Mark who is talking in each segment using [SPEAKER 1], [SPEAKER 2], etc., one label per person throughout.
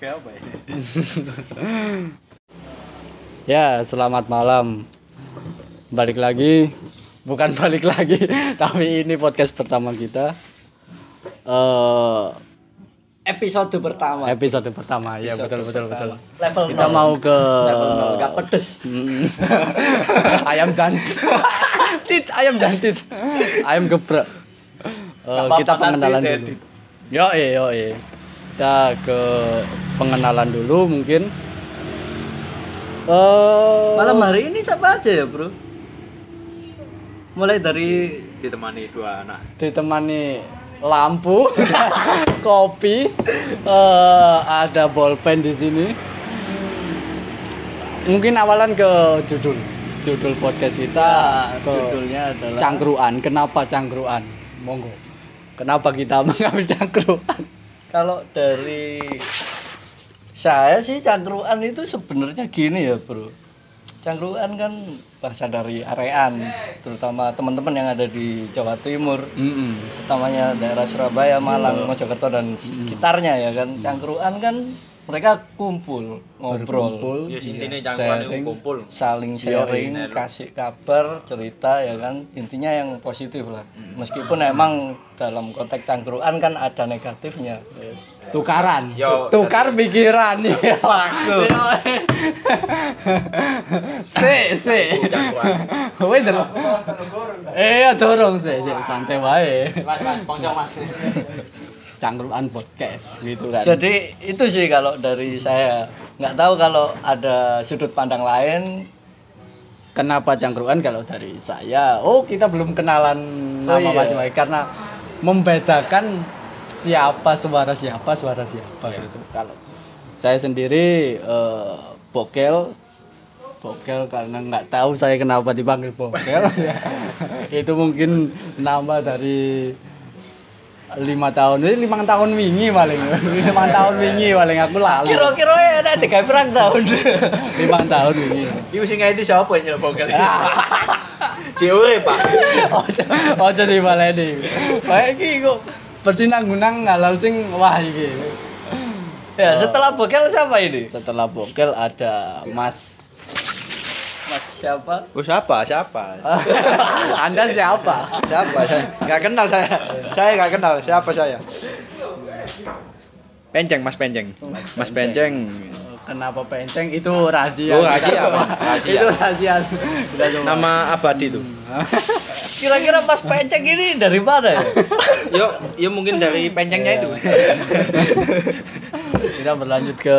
[SPEAKER 1] kayak apa ya
[SPEAKER 2] Ya, selamat malam. Balik lagi, bukan balik lagi, tapi ini podcast pertama kita. Eh,
[SPEAKER 3] episode pertama
[SPEAKER 2] episode pertama. ya, betul betul betul.
[SPEAKER 3] level
[SPEAKER 2] Kita
[SPEAKER 3] nol.
[SPEAKER 2] mau ke
[SPEAKER 3] level nol gak pedes
[SPEAKER 2] Mm. ayam jantit. Tit, ayam jantit. Ayam gebrak. Eh,
[SPEAKER 3] apa-apa,
[SPEAKER 2] kita
[SPEAKER 3] nanti
[SPEAKER 2] pengenalan
[SPEAKER 1] diedit.
[SPEAKER 2] dulu. Yo, yo, Kita ke pengenalan dulu mungkin. Eh,
[SPEAKER 3] malam hari ini siapa aja ya bro mulai dari
[SPEAKER 1] ditemani dua anak
[SPEAKER 2] ditemani lampu, kopi, eh, ada bolpen di sini. Mungkin awalan ke judul, judul podcast kita
[SPEAKER 3] ah,
[SPEAKER 2] ke
[SPEAKER 3] judulnya adalah
[SPEAKER 2] cangkruan. Kenapa cangkruan? Monggo. Kenapa kita mengambil cangkruan?
[SPEAKER 3] kalau dari saya sih cangkruan itu sebenarnya gini ya bro cangkruan kan bahasa dari arean terutama teman-teman yang ada di Jawa Timur
[SPEAKER 2] Mm-mm.
[SPEAKER 3] utamanya daerah Surabaya, Malang, Mojokerto dan sekitarnya ya kan. Cangkruan kan mereka kumpul, ngobrol,
[SPEAKER 2] Kumpul.
[SPEAKER 1] ya intinya cangkruan itu kumpul
[SPEAKER 3] saling sharing, kasih kabar, cerita ya kan. Intinya yang positif lah.
[SPEAKER 1] Mm.
[SPEAKER 3] Meskipun emang dalam konteks cangkruan kan ada negatifnya.
[SPEAKER 2] Tukaran.
[SPEAKER 1] Yo,
[SPEAKER 2] Tukar pikiran ya. Se, se.
[SPEAKER 1] cangkruan
[SPEAKER 2] Woi dorong. Eh, dorong se, se. santai wae.
[SPEAKER 1] mas mas sponsor mas
[SPEAKER 2] Cangkruan podcast gitu kan.
[SPEAKER 3] Jadi itu sih kalau dari saya. Nggak tahu kalau ada sudut pandang lain.
[SPEAKER 2] Kenapa cangkruan kalau dari saya? Oh, kita belum kenalan
[SPEAKER 3] Oh,
[SPEAKER 2] nama
[SPEAKER 3] iya.
[SPEAKER 2] masing-masing karena membedakan siapa suara siapa suara siapa
[SPEAKER 3] Iya.
[SPEAKER 2] gitu. Kalau saya sendiri eh, bokel bokel karena nggak tahu saya kenapa dipanggil bokel. Itu mungkin nama dari lima tahun, eh, lima tahun wingi paling, lima tahun wingi paling aku lalu,
[SPEAKER 3] Kira-kira ya ada tiga perang tahun.
[SPEAKER 2] lima tahun wingi.
[SPEAKER 1] itu sing itu siapa yang nyelpon kali
[SPEAKER 3] Ah.
[SPEAKER 1] Cewek pak
[SPEAKER 2] ojo ojo dibaleni. Kayak iki kok bersinang-gunang halal sing wah iki.
[SPEAKER 3] ya, setelah bekel siapa ini?
[SPEAKER 2] Oh. Setelah bokel ada Mas.
[SPEAKER 3] Mas siapa?
[SPEAKER 1] Oh, siapa? Siapa?
[SPEAKER 2] Anda siapa?
[SPEAKER 1] Siapa? Saya nggak kenal saya. Saya nggak kenal siapa saya. Penceng, Mas Penceng.
[SPEAKER 3] Oh,
[SPEAKER 1] Mas Penceng.
[SPEAKER 2] Kenapa penceng itu rahasia?
[SPEAKER 1] Oh, rahasia, Pak. Rahasia.
[SPEAKER 2] itu rahasia. Kita coba.
[SPEAKER 1] Nama abadi tuh.
[SPEAKER 3] Kira-kira pas penceng ini dari mana ya?
[SPEAKER 1] Yo, yo mungkin dari pencengnya itu.
[SPEAKER 2] Kita berlanjut ke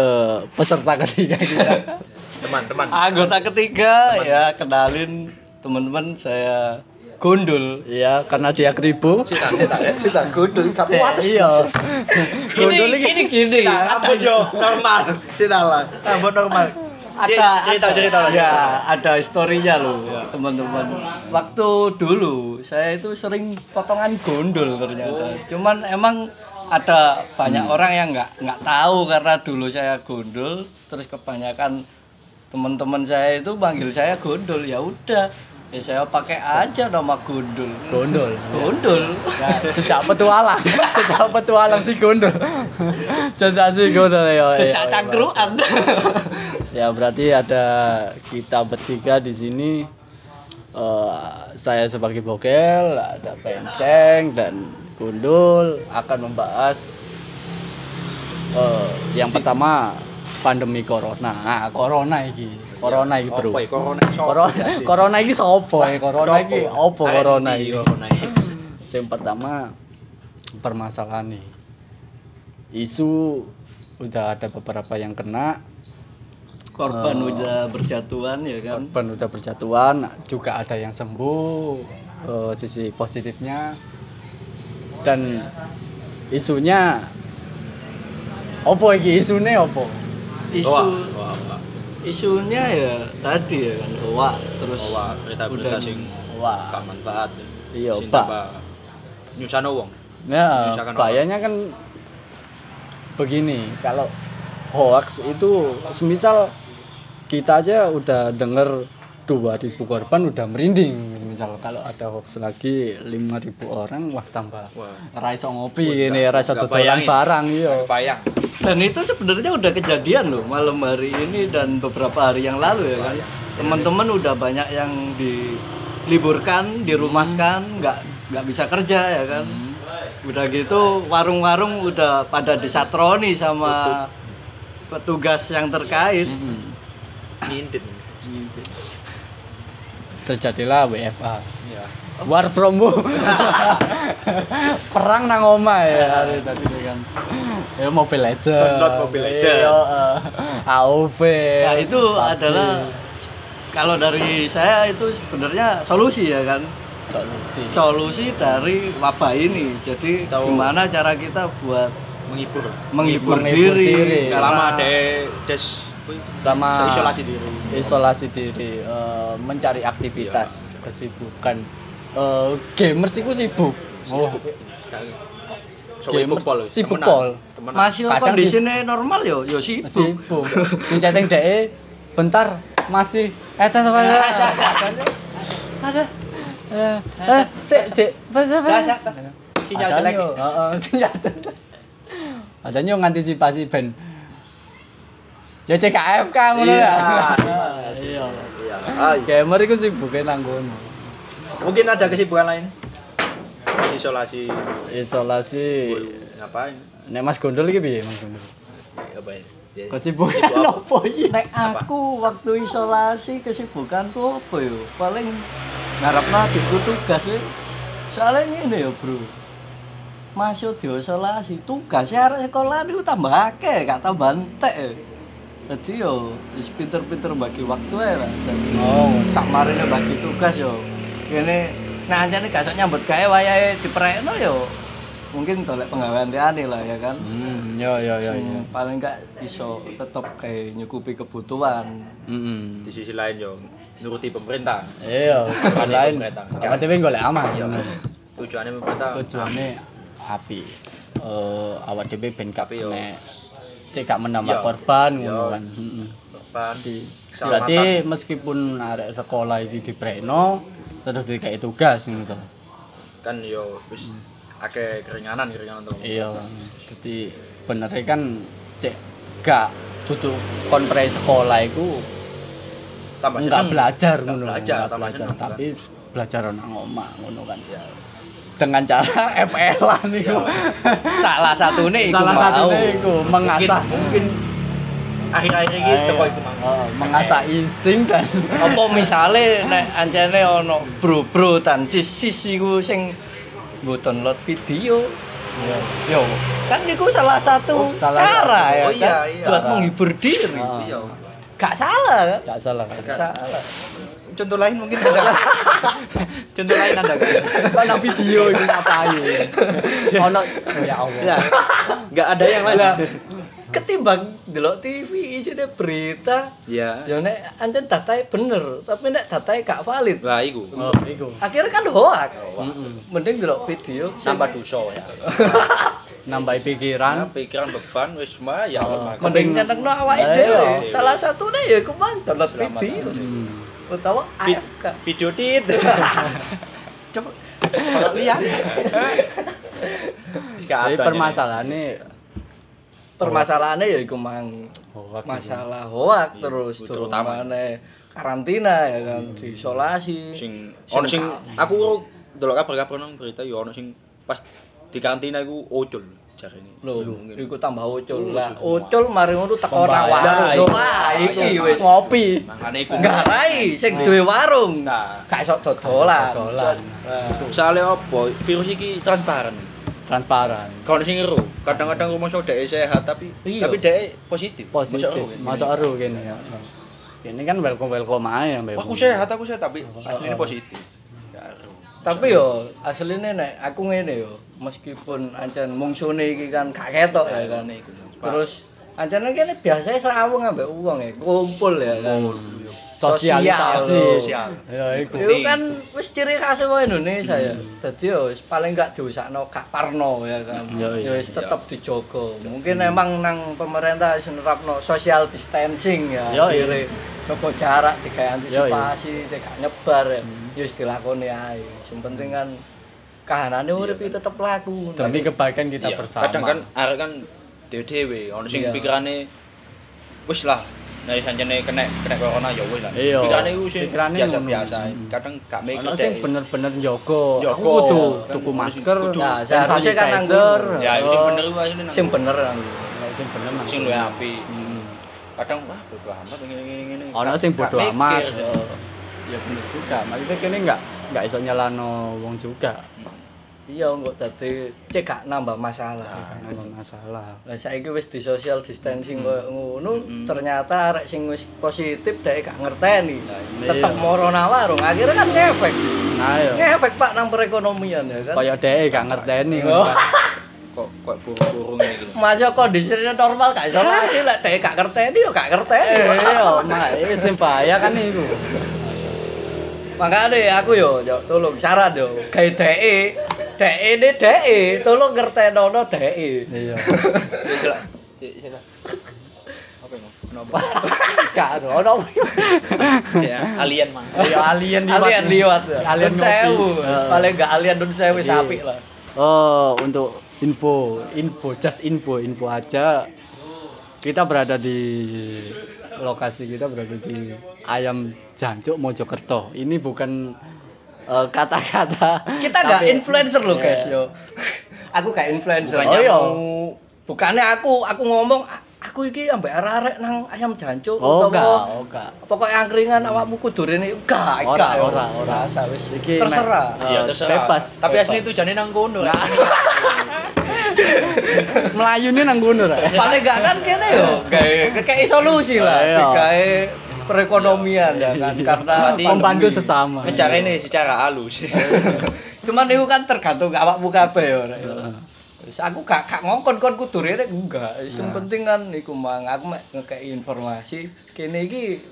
[SPEAKER 2] peserta ketiga kita.
[SPEAKER 1] Teman-teman.
[SPEAKER 3] Anggota ketiga ya kenalin teman-teman saya Gundul.
[SPEAKER 2] Iya, karena dia keribu.
[SPEAKER 1] Sudah gundul kamu
[SPEAKER 2] Iya. Gondol
[SPEAKER 3] Ini ini gini.
[SPEAKER 1] Apa jo? Normal. Sudah lah. Apa normal?
[SPEAKER 3] Ada ada-
[SPEAKER 1] cerita cerita lah.
[SPEAKER 3] Ya, ada historinya loh teman-teman. Waktu dulu saya itu sering potongan gondol ternyata. Cuman emang ada banyak orang yang Ya, nggak nggak tahu karena dulu saya gondol terus kebanyakan teman-teman saya itu manggil saya gondol ya udah ya saya pakai aja nama gondol
[SPEAKER 2] Gondol.
[SPEAKER 3] gondol
[SPEAKER 2] Ya, Cecak petualang, cecak petualang si gondol, cecak si gondol ya.
[SPEAKER 3] cecak cangkruan
[SPEAKER 2] Ya berarti ada kita bertiga di sini. Eh, saya sebagai bokel, ada penceng dan gundul akan membahas eh, yang pertama pandemi corona. Nah, corona ini, corona ini bro.
[SPEAKER 1] Woi, ya, corona.
[SPEAKER 2] Corona, corona ini sopo ya? Corona ini opo corona ini?
[SPEAKER 1] Corona.
[SPEAKER 2] yang pertama permasalahan nih isu udah ada beberapa yang kena
[SPEAKER 3] korban
[SPEAKER 2] Oh.
[SPEAKER 3] udah berjatuhan ya kan
[SPEAKER 2] korban udah berjatuhan juga ada yang sembuh eh, sisi positifnya dan isunya opo iki isune opo
[SPEAKER 3] isu isunya ya tadi ya kan owa terus
[SPEAKER 1] Wah, berita-berita
[SPEAKER 3] Udah.
[SPEAKER 1] sing
[SPEAKER 2] wah
[SPEAKER 1] gak manfaat.
[SPEAKER 2] Iya,
[SPEAKER 1] Sing
[SPEAKER 2] Pak.
[SPEAKER 1] tambah Nyusano wong.
[SPEAKER 2] Ya,
[SPEAKER 1] Menyusahkan
[SPEAKER 2] bahayanya kan begini, kalau hoax itu semisal kita aja udah denger dua ribu korban udah merinding misal kalau ada hoax lagi 5000 orang wah tambah
[SPEAKER 1] Wah.
[SPEAKER 2] ra iso ngopi ini ra iso
[SPEAKER 1] Nggak
[SPEAKER 2] dodolan
[SPEAKER 1] bayangin.
[SPEAKER 2] barang iya
[SPEAKER 1] Bayang.
[SPEAKER 3] Dan itu sebenarnya udah kejadian loh malam hari ini dan beberapa hari yang lalu ya kan. Teman-teman udah banyak yang diliburkan, dirumahkan, nggak nggak bisa kerja ya kan. Udah gitu warung-warung udah pada disatroni sama petugas yang terkait.
[SPEAKER 2] Hmm.
[SPEAKER 1] Nyindir.
[SPEAKER 2] terjadilah WFA
[SPEAKER 1] Ya.
[SPEAKER 2] war from home perang nang oma ya hari tadi ini kan ya Mobile Legends
[SPEAKER 1] Download Mobile Legends.
[SPEAKER 2] Iya, eh. AOV
[SPEAKER 3] Ya itu adalah kalau dari saya itu sebenarnya solusi ya kan.
[SPEAKER 2] solusi
[SPEAKER 3] Solusi dari wabah ini. Jadi
[SPEAKER 1] Tahu.
[SPEAKER 3] gimana cara kita buat
[SPEAKER 1] Menghibur.
[SPEAKER 3] menghibur,
[SPEAKER 2] Menghibur
[SPEAKER 3] diri,
[SPEAKER 2] diri.
[SPEAKER 3] karena
[SPEAKER 1] Selama ada des
[SPEAKER 2] sama
[SPEAKER 1] isolasi diri.
[SPEAKER 2] isolasi diri eh, mencari
[SPEAKER 1] Iya.
[SPEAKER 2] aktivitas kesibukan Eh, gamers itu sibuk oh, Gamers sibuk pol.
[SPEAKER 1] Temen
[SPEAKER 3] masih
[SPEAKER 2] Kadang
[SPEAKER 3] di
[SPEAKER 2] di-
[SPEAKER 3] sini normal yo yo sibuk
[SPEAKER 2] sibuk di setting DE bentar masih eh tas apa ada
[SPEAKER 1] Ah,
[SPEAKER 2] ada eh eh sik sik pas apa
[SPEAKER 1] Sinyal jelek.
[SPEAKER 2] heeh oh, sinyal jelek Padahal yo ngantisipasi ben ya CKFK ngono ya iya
[SPEAKER 1] Iya. Ah, iya.
[SPEAKER 2] gamer iku sibuke nang kono
[SPEAKER 1] Mungkin ada kesibukan lain. Isolasi
[SPEAKER 2] isolasi
[SPEAKER 1] ngapain?
[SPEAKER 2] nek Mas Gondol iki piye Mas Gondol
[SPEAKER 1] Ngapain? Ya.
[SPEAKER 2] kesibukan
[SPEAKER 1] Sibuk apa?
[SPEAKER 2] opo iki
[SPEAKER 3] nek aku waktu isolasi kesibukanku apa yo paling ngarepno adikku tugas yo soalnya ngene yo bro masuk di isolasi tugasnya arek sekolah niku tambah akeh gak tambah entek yo. jadi yo wis pinter-pinter bagi waktu ae lah Dan-
[SPEAKER 2] oh
[SPEAKER 3] sak marine bagi tugas yo. Kene nah anjane gak sok nyambut gawe wayahe diprekno yo. Mungkin golek penggawean liyane lah ya kan.
[SPEAKER 2] hmm yo yo yo
[SPEAKER 3] Sing
[SPEAKER 2] yo.
[SPEAKER 3] paling gak iso tetep kayak nyukupi kebutuhan.
[SPEAKER 2] Mm-mm.
[SPEAKER 1] Di sisi lain yo nuruti pemerintah.
[SPEAKER 2] Iya, bukan lain.
[SPEAKER 1] Pemerintah.
[SPEAKER 2] Apa dewe golek aman.
[SPEAKER 1] Tujuannya pemerintah.
[SPEAKER 2] Tujuane api. Eh awak dhewe ben gak
[SPEAKER 1] Tapi yo.
[SPEAKER 2] kena cek gak menambah
[SPEAKER 1] Yo.
[SPEAKER 2] korban ngono
[SPEAKER 1] Yo.
[SPEAKER 2] kan. Heeh.
[SPEAKER 1] Depan.
[SPEAKER 2] Berarti meskipun arek sekolah iki dipreno tetep dikai tugas ngono to.
[SPEAKER 1] kan yo wis
[SPEAKER 2] Hmm.
[SPEAKER 1] akeh keringanan keringanan tuh.
[SPEAKER 2] Iya. Dadi bener kan cek gak duduk konpre sekolah iku
[SPEAKER 1] Tambah
[SPEAKER 2] enggak
[SPEAKER 1] seneng.
[SPEAKER 2] belajar
[SPEAKER 1] Nggak
[SPEAKER 2] ngono.
[SPEAKER 1] belajar,
[SPEAKER 2] nggak
[SPEAKER 1] tambah
[SPEAKER 2] belajar,
[SPEAKER 1] seneng,
[SPEAKER 2] tapi belajar nang omah ngono kan.
[SPEAKER 1] Ya.
[SPEAKER 2] Dengan cara FL-an iku.
[SPEAKER 3] Salah satune iku
[SPEAKER 2] salah
[SPEAKER 3] mau.
[SPEAKER 2] satunya itu
[SPEAKER 1] Mungkin,
[SPEAKER 2] mengasah
[SPEAKER 1] mungkin akhir-akhir ini
[SPEAKER 2] Ayo.
[SPEAKER 1] teko iku mang.
[SPEAKER 2] Oh, mengasah insting dan
[SPEAKER 3] Apa misale nek anjane ono bro-bro tan sis-sis iku sing nggo download video. Iya. Yo, kan niku salah satu
[SPEAKER 2] Salah
[SPEAKER 3] cara
[SPEAKER 1] satu.
[SPEAKER 3] ya
[SPEAKER 1] Oh, iya,
[SPEAKER 3] kan?
[SPEAKER 1] iya.
[SPEAKER 3] buat
[SPEAKER 2] Cara.
[SPEAKER 3] menghibur diri.
[SPEAKER 2] Oh.
[SPEAKER 1] Iya.
[SPEAKER 3] Gak salah kan?
[SPEAKER 2] nggak salah
[SPEAKER 3] Gak salah.
[SPEAKER 1] Contoh lain mungkin ada. nggak? Contoh lain ada enggak?
[SPEAKER 2] kok nang video itu ngapain ono oh, ya Allah
[SPEAKER 1] Ya. Enggak ada yang lain.
[SPEAKER 3] Lah, ketimbang delok TV isine berita
[SPEAKER 2] Iya.
[SPEAKER 1] Ya.
[SPEAKER 3] ya nek ancen datae bener tapi nek datae gak valid
[SPEAKER 1] Lah iku.
[SPEAKER 2] oh iku
[SPEAKER 3] akhirnya kan hoak mending delok video sing-
[SPEAKER 1] Tambah dosa ya.
[SPEAKER 2] nambah
[SPEAKER 1] Ya,
[SPEAKER 2] pikiran
[SPEAKER 1] pikiran beban wis mah ya Allah makan.
[SPEAKER 3] mending nyenengno awake
[SPEAKER 2] Ayo.
[SPEAKER 3] dhewe salah satune ya iku mang download
[SPEAKER 1] iya. Selamat.
[SPEAKER 3] video utawa
[SPEAKER 1] Vid-
[SPEAKER 3] AFK
[SPEAKER 1] Video tit.
[SPEAKER 3] coba kalau
[SPEAKER 1] iya.
[SPEAKER 3] lihat
[SPEAKER 2] jadi permasalahannya
[SPEAKER 3] permasalahannya ya iku mang
[SPEAKER 2] hoax
[SPEAKER 3] masalah hoak
[SPEAKER 1] Iya,
[SPEAKER 3] terus terus
[SPEAKER 1] terutama.
[SPEAKER 3] mana karantina ya kan diisolasi
[SPEAKER 1] sing ono sing aku delok kabar-kabar nang berita ya ono sing pas di kantina iku ojol jarene.
[SPEAKER 3] Loh,
[SPEAKER 1] Ya, mungkin. Oh,
[SPEAKER 3] iku tambah ucul lah. Ucul mari ngono teko ora
[SPEAKER 2] Pembayar.
[SPEAKER 1] Nah,
[SPEAKER 3] warung.
[SPEAKER 1] iya.
[SPEAKER 3] Wah, iki
[SPEAKER 1] Iya.
[SPEAKER 3] wis
[SPEAKER 2] ngopi
[SPEAKER 1] Makane iku
[SPEAKER 3] enggak rai sing duwe warung.
[SPEAKER 1] Nah.
[SPEAKER 3] Gak iso dodolan. Eh,
[SPEAKER 2] dolan
[SPEAKER 3] Nah,
[SPEAKER 1] Soale opo virus iki transparan.
[SPEAKER 2] transparan
[SPEAKER 1] Kau sing ngeru, kadang-kadang rumah sok dhek sehat tapi
[SPEAKER 3] Iya.
[SPEAKER 1] tapi dhek positif.
[SPEAKER 2] positif
[SPEAKER 1] Masuk ngeru.
[SPEAKER 2] masuk eru gini ya ini kan welcome welcome aja mbak
[SPEAKER 1] Wah, aku sehat, aku sehat tapi aslinya
[SPEAKER 3] Oh.
[SPEAKER 1] positif. Ya, ngeru.
[SPEAKER 3] Tapi yo asline nek aku ngene yo, meskipun ancen mungsune iki kan gak ketok ya kan.
[SPEAKER 1] Makane iku transparan.
[SPEAKER 3] Terus ancen kene biasanya serawung ambek wong ya, kumpul ya kan.
[SPEAKER 2] sosialisasi
[SPEAKER 1] Sosial.
[SPEAKER 2] ya iku
[SPEAKER 3] Itu kan wis ciri khas wong Indonesia ya.
[SPEAKER 2] Hmm.
[SPEAKER 3] Dadi yo wis paling gak diusakno Kak Parno ya kan.
[SPEAKER 2] Iya, iya. Hmm.
[SPEAKER 3] Ya wis tetep dijogo. Mungkin emang nang pemerintah wis nerapno social distancing ya.
[SPEAKER 2] Iya, iya.
[SPEAKER 3] Diri- Jogo jarak digawe
[SPEAKER 2] Iya, Hmm. iya.
[SPEAKER 3] antisipasi, tidak nyebar ya. ya dilakoni ae. Sing penting kan kahanane urip iki tetep laku.
[SPEAKER 2] demi kebaikan kita
[SPEAKER 1] Iya,
[SPEAKER 2] bersama
[SPEAKER 1] Kadang kan arek kan dhewe-dhewe ono sing
[SPEAKER 3] Iya.
[SPEAKER 1] pikirane wis lah nek sanjane kena kena corona ya wis lah.
[SPEAKER 2] Iya.
[SPEAKER 1] Pikirane iku sing
[SPEAKER 2] Pikirane ngono.
[SPEAKER 1] biasa-biasa. ae. Kadang gak mikir
[SPEAKER 2] ono sing
[SPEAKER 1] deh.
[SPEAKER 2] bener-bener njogo
[SPEAKER 1] Njogo,
[SPEAKER 2] aku kudu
[SPEAKER 1] kan,
[SPEAKER 2] tuku
[SPEAKER 1] ono sing
[SPEAKER 2] masker
[SPEAKER 1] kudu.
[SPEAKER 3] Nah,
[SPEAKER 2] hand
[SPEAKER 3] seharusnya kan
[SPEAKER 2] sanitizer.
[SPEAKER 3] anggur.
[SPEAKER 1] Ya iku
[SPEAKER 2] Oh.
[SPEAKER 1] sing bener wae ini nang.
[SPEAKER 3] Sing bener kan.
[SPEAKER 2] Ono sing bener
[SPEAKER 1] sing luwih apik. Kadang wah bodo amat ngene-ngene ngene.
[SPEAKER 2] Hmm. ono
[SPEAKER 1] Gak-
[SPEAKER 2] sing
[SPEAKER 1] gak
[SPEAKER 2] bodo
[SPEAKER 1] mikir.
[SPEAKER 2] amat ya bener juga maksudnya kene enggak enggak iso nyalano wong juga
[SPEAKER 3] Iya kok dadi cek gak nambah masalah.
[SPEAKER 2] Nambah masalah
[SPEAKER 3] Lah saiki wis di social distancing koyo ngono, ternyata arek sing wis positif dhek gak ngerteni. Tetep
[SPEAKER 2] iya.
[SPEAKER 3] morona warung, akhirnya kan ngefek.
[SPEAKER 2] ayo
[SPEAKER 3] Ngefek Pak nang perekonomian ya kan.
[SPEAKER 2] Nah, kaya dhek gak ngerteni
[SPEAKER 3] Oh.
[SPEAKER 1] Kok kok buru-buru ngene iki.
[SPEAKER 3] Masa kondisinya normal gak iso masih lek dhek gak ngerteni ya gak ngerteni.
[SPEAKER 2] Iya. Eh, iya, mak, eh, sing bahaya kan iku.
[SPEAKER 3] Makanya aku yo, yo tolong saran yo, kayak DE, DE ini DE, tolong ngerti nono DE.
[SPEAKER 2] Iya.
[SPEAKER 1] Ya sila. Ya sila. Apa ya? Kenapa?
[SPEAKER 3] Gak nono.
[SPEAKER 1] Ya, alien mah.
[SPEAKER 2] Iya, alien liwat.
[SPEAKER 3] Alien liwat.
[SPEAKER 2] Alien
[SPEAKER 3] Alien
[SPEAKER 2] ngopi. Iya.
[SPEAKER 3] sewu.
[SPEAKER 2] Heeh.
[SPEAKER 3] Paling gak alien dun sewu sapi lah.
[SPEAKER 2] Oh, untuk info, info, just info, info aja. Kita berada di lokasi kita berada di Ayam Jancuk Mojokerto. Ini bukan eh, kata-kata.
[SPEAKER 3] Kita gak
[SPEAKER 2] tapi-
[SPEAKER 3] influencer loh guys
[SPEAKER 2] Iya.
[SPEAKER 3] yo. Aku gak influencer.
[SPEAKER 1] Bukannya
[SPEAKER 3] iya.
[SPEAKER 1] mau-
[SPEAKER 3] Bukannya aku, aku ngomong "A- aku iki ambek arek-arek nang ayam jancuk
[SPEAKER 2] Oh, enggak, oh, enggak.
[SPEAKER 3] Pokoknya angkringan awakmu kudu rene gak
[SPEAKER 2] Ora,
[SPEAKER 3] gak, yo.
[SPEAKER 2] ora, ora.
[SPEAKER 3] Rasa wis.
[SPEAKER 2] Iki nek-
[SPEAKER 3] Terserah.
[SPEAKER 1] Iya,
[SPEAKER 2] Eh,
[SPEAKER 1] terserah.
[SPEAKER 2] bebas,
[SPEAKER 1] Tapi
[SPEAKER 2] bebas.
[SPEAKER 1] asli itu jane nang kono.
[SPEAKER 2] Nah. Melayu ini nang gunung ya.
[SPEAKER 3] paling gak kan kene yo kayak kayak solusi lah
[SPEAKER 2] Iya.
[SPEAKER 3] kayak perekonomian ya kan karena
[SPEAKER 1] Berarti
[SPEAKER 2] Membantu
[SPEAKER 3] pandemi.
[SPEAKER 2] sesama.
[SPEAKER 1] Bicara ini secara halus.
[SPEAKER 3] cuman itu kan tergantung awakmu kabeh yo Rek, yo. Wis, aku gak gak ngongkon kon kudu rene enggak sing
[SPEAKER 2] Nah.
[SPEAKER 3] penting kan iku mang aku mek ngekei informasi kene iki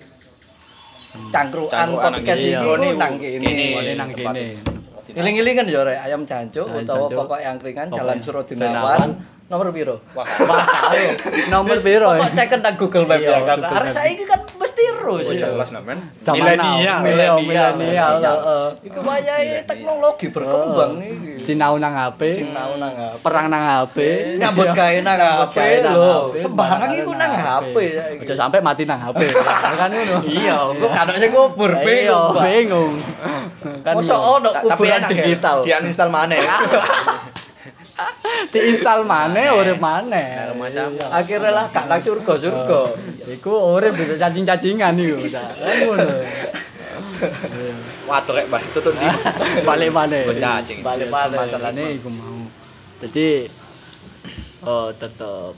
[SPEAKER 2] Hmm.
[SPEAKER 3] cangkruan
[SPEAKER 1] Cangkruan
[SPEAKER 3] podcast
[SPEAKER 2] nang
[SPEAKER 3] iki
[SPEAKER 2] kene.
[SPEAKER 3] ku
[SPEAKER 1] Iya.
[SPEAKER 3] nang
[SPEAKER 1] Kene.
[SPEAKER 3] kene
[SPEAKER 2] Ini nang
[SPEAKER 1] Tempat
[SPEAKER 2] gini.
[SPEAKER 1] itu.
[SPEAKER 3] Ngiling-ngilingan yo rek ayam jancuk
[SPEAKER 2] Ayam
[SPEAKER 3] utawa
[SPEAKER 2] jancuk.
[SPEAKER 3] pokok angkringan
[SPEAKER 2] Pokok
[SPEAKER 3] Jalan
[SPEAKER 2] yang- Sinawan.
[SPEAKER 3] Surodinawan nomor piro?
[SPEAKER 1] Wah,
[SPEAKER 2] Wah, karo. nomor
[SPEAKER 3] Wis,
[SPEAKER 2] piro? eh?
[SPEAKER 3] Pokok cek nang Google Map
[SPEAKER 2] Iya,
[SPEAKER 3] ya kan.
[SPEAKER 2] Google
[SPEAKER 3] Arek
[SPEAKER 2] Map. Iya,
[SPEAKER 3] saiki kan mesti terus.
[SPEAKER 1] Oh,
[SPEAKER 3] ya.
[SPEAKER 1] jelas nah, men.
[SPEAKER 2] Zaman now. Milenial,
[SPEAKER 3] Milenial.
[SPEAKER 2] milenial, heeh.
[SPEAKER 3] Iku
[SPEAKER 1] Iya,
[SPEAKER 3] wayahe teknologi berkembang iki.
[SPEAKER 2] Sinau nang HP,
[SPEAKER 3] Sing tau nang HP.
[SPEAKER 2] perang nang HP.
[SPEAKER 3] Iya. Nyambut
[SPEAKER 2] Iya.
[SPEAKER 3] gawe nang HP
[SPEAKER 2] Gawe nang
[SPEAKER 3] lho.
[SPEAKER 2] HP,
[SPEAKER 3] Sembarang iku nang HP saiki.
[SPEAKER 2] Aja sampai mati nang HP. kan ngono.
[SPEAKER 3] Iya, kok kadang sing ngubur
[SPEAKER 2] Iya,
[SPEAKER 3] bingung. Pak.
[SPEAKER 2] bingung. Kan
[SPEAKER 3] Mosok ono kuburan
[SPEAKER 1] ya.
[SPEAKER 3] digital.
[SPEAKER 1] Diinstal maneh.
[SPEAKER 2] diinstal maneh urip maneh. Oh,
[SPEAKER 1] Nah, macam.
[SPEAKER 3] Akhirnya lah gak nang surga-surga.
[SPEAKER 2] Iku urip bisa cacing-cacingan iku. Cak. Kan ngono.
[SPEAKER 1] Waduh rek balik tutun di.
[SPEAKER 2] Ah. Balik maneh.
[SPEAKER 1] Kok cacing?
[SPEAKER 2] Balik
[SPEAKER 3] Iya,
[SPEAKER 2] maneh.
[SPEAKER 3] masalahnya
[SPEAKER 2] Masalahnya iku mau. Jadi eh tetep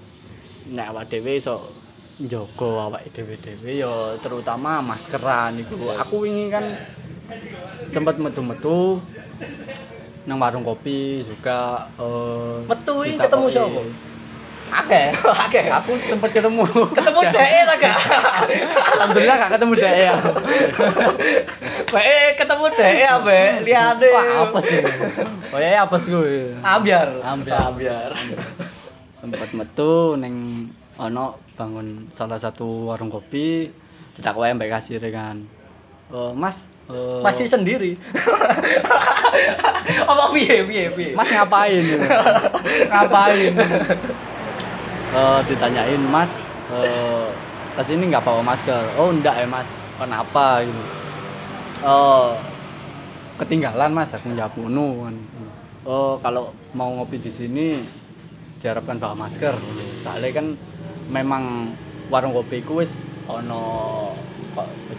[SPEAKER 2] nek awak dhewe iso njogo awake dhewe-dhewe ya terutama maskeran iku. Aku wingi kan sempat metu-metu nang warung kopi juga eh
[SPEAKER 3] Metu iki
[SPEAKER 2] ditakoki.
[SPEAKER 3] ketemu sapa? Akeh, iya. akeh.
[SPEAKER 2] Aku sempat ketemu.
[SPEAKER 3] Ketemu
[SPEAKER 2] Jan-
[SPEAKER 3] dhek ta gak?
[SPEAKER 2] Alhamdulillah gak ketemu dhek ya.
[SPEAKER 3] Bae ketemu dhek ambek liyane.
[SPEAKER 2] Wah, apes sih. Kayaknya apes gue.
[SPEAKER 3] Ambiar.
[SPEAKER 2] Ambiar.
[SPEAKER 3] Ambiar.
[SPEAKER 2] Sempat metu ning ono bangun salah satu warung kopi ditakwai mbak kasir kan. Eh, mas, eh,
[SPEAKER 3] Masih sendiri. Apa piye piye piye?
[SPEAKER 2] Mas ngapain? ngapain? Eh, ditanyain Mas, eh, kesini nggak bawa masker? Oh enggak ya Mas, kenapa gitu? Eh, ketinggalan Mas, aku jawab ngono kan. Oh kalau mau ngopi di sini diharapkan bawa masker. Soalnya kan memang warung kopi ku wis ono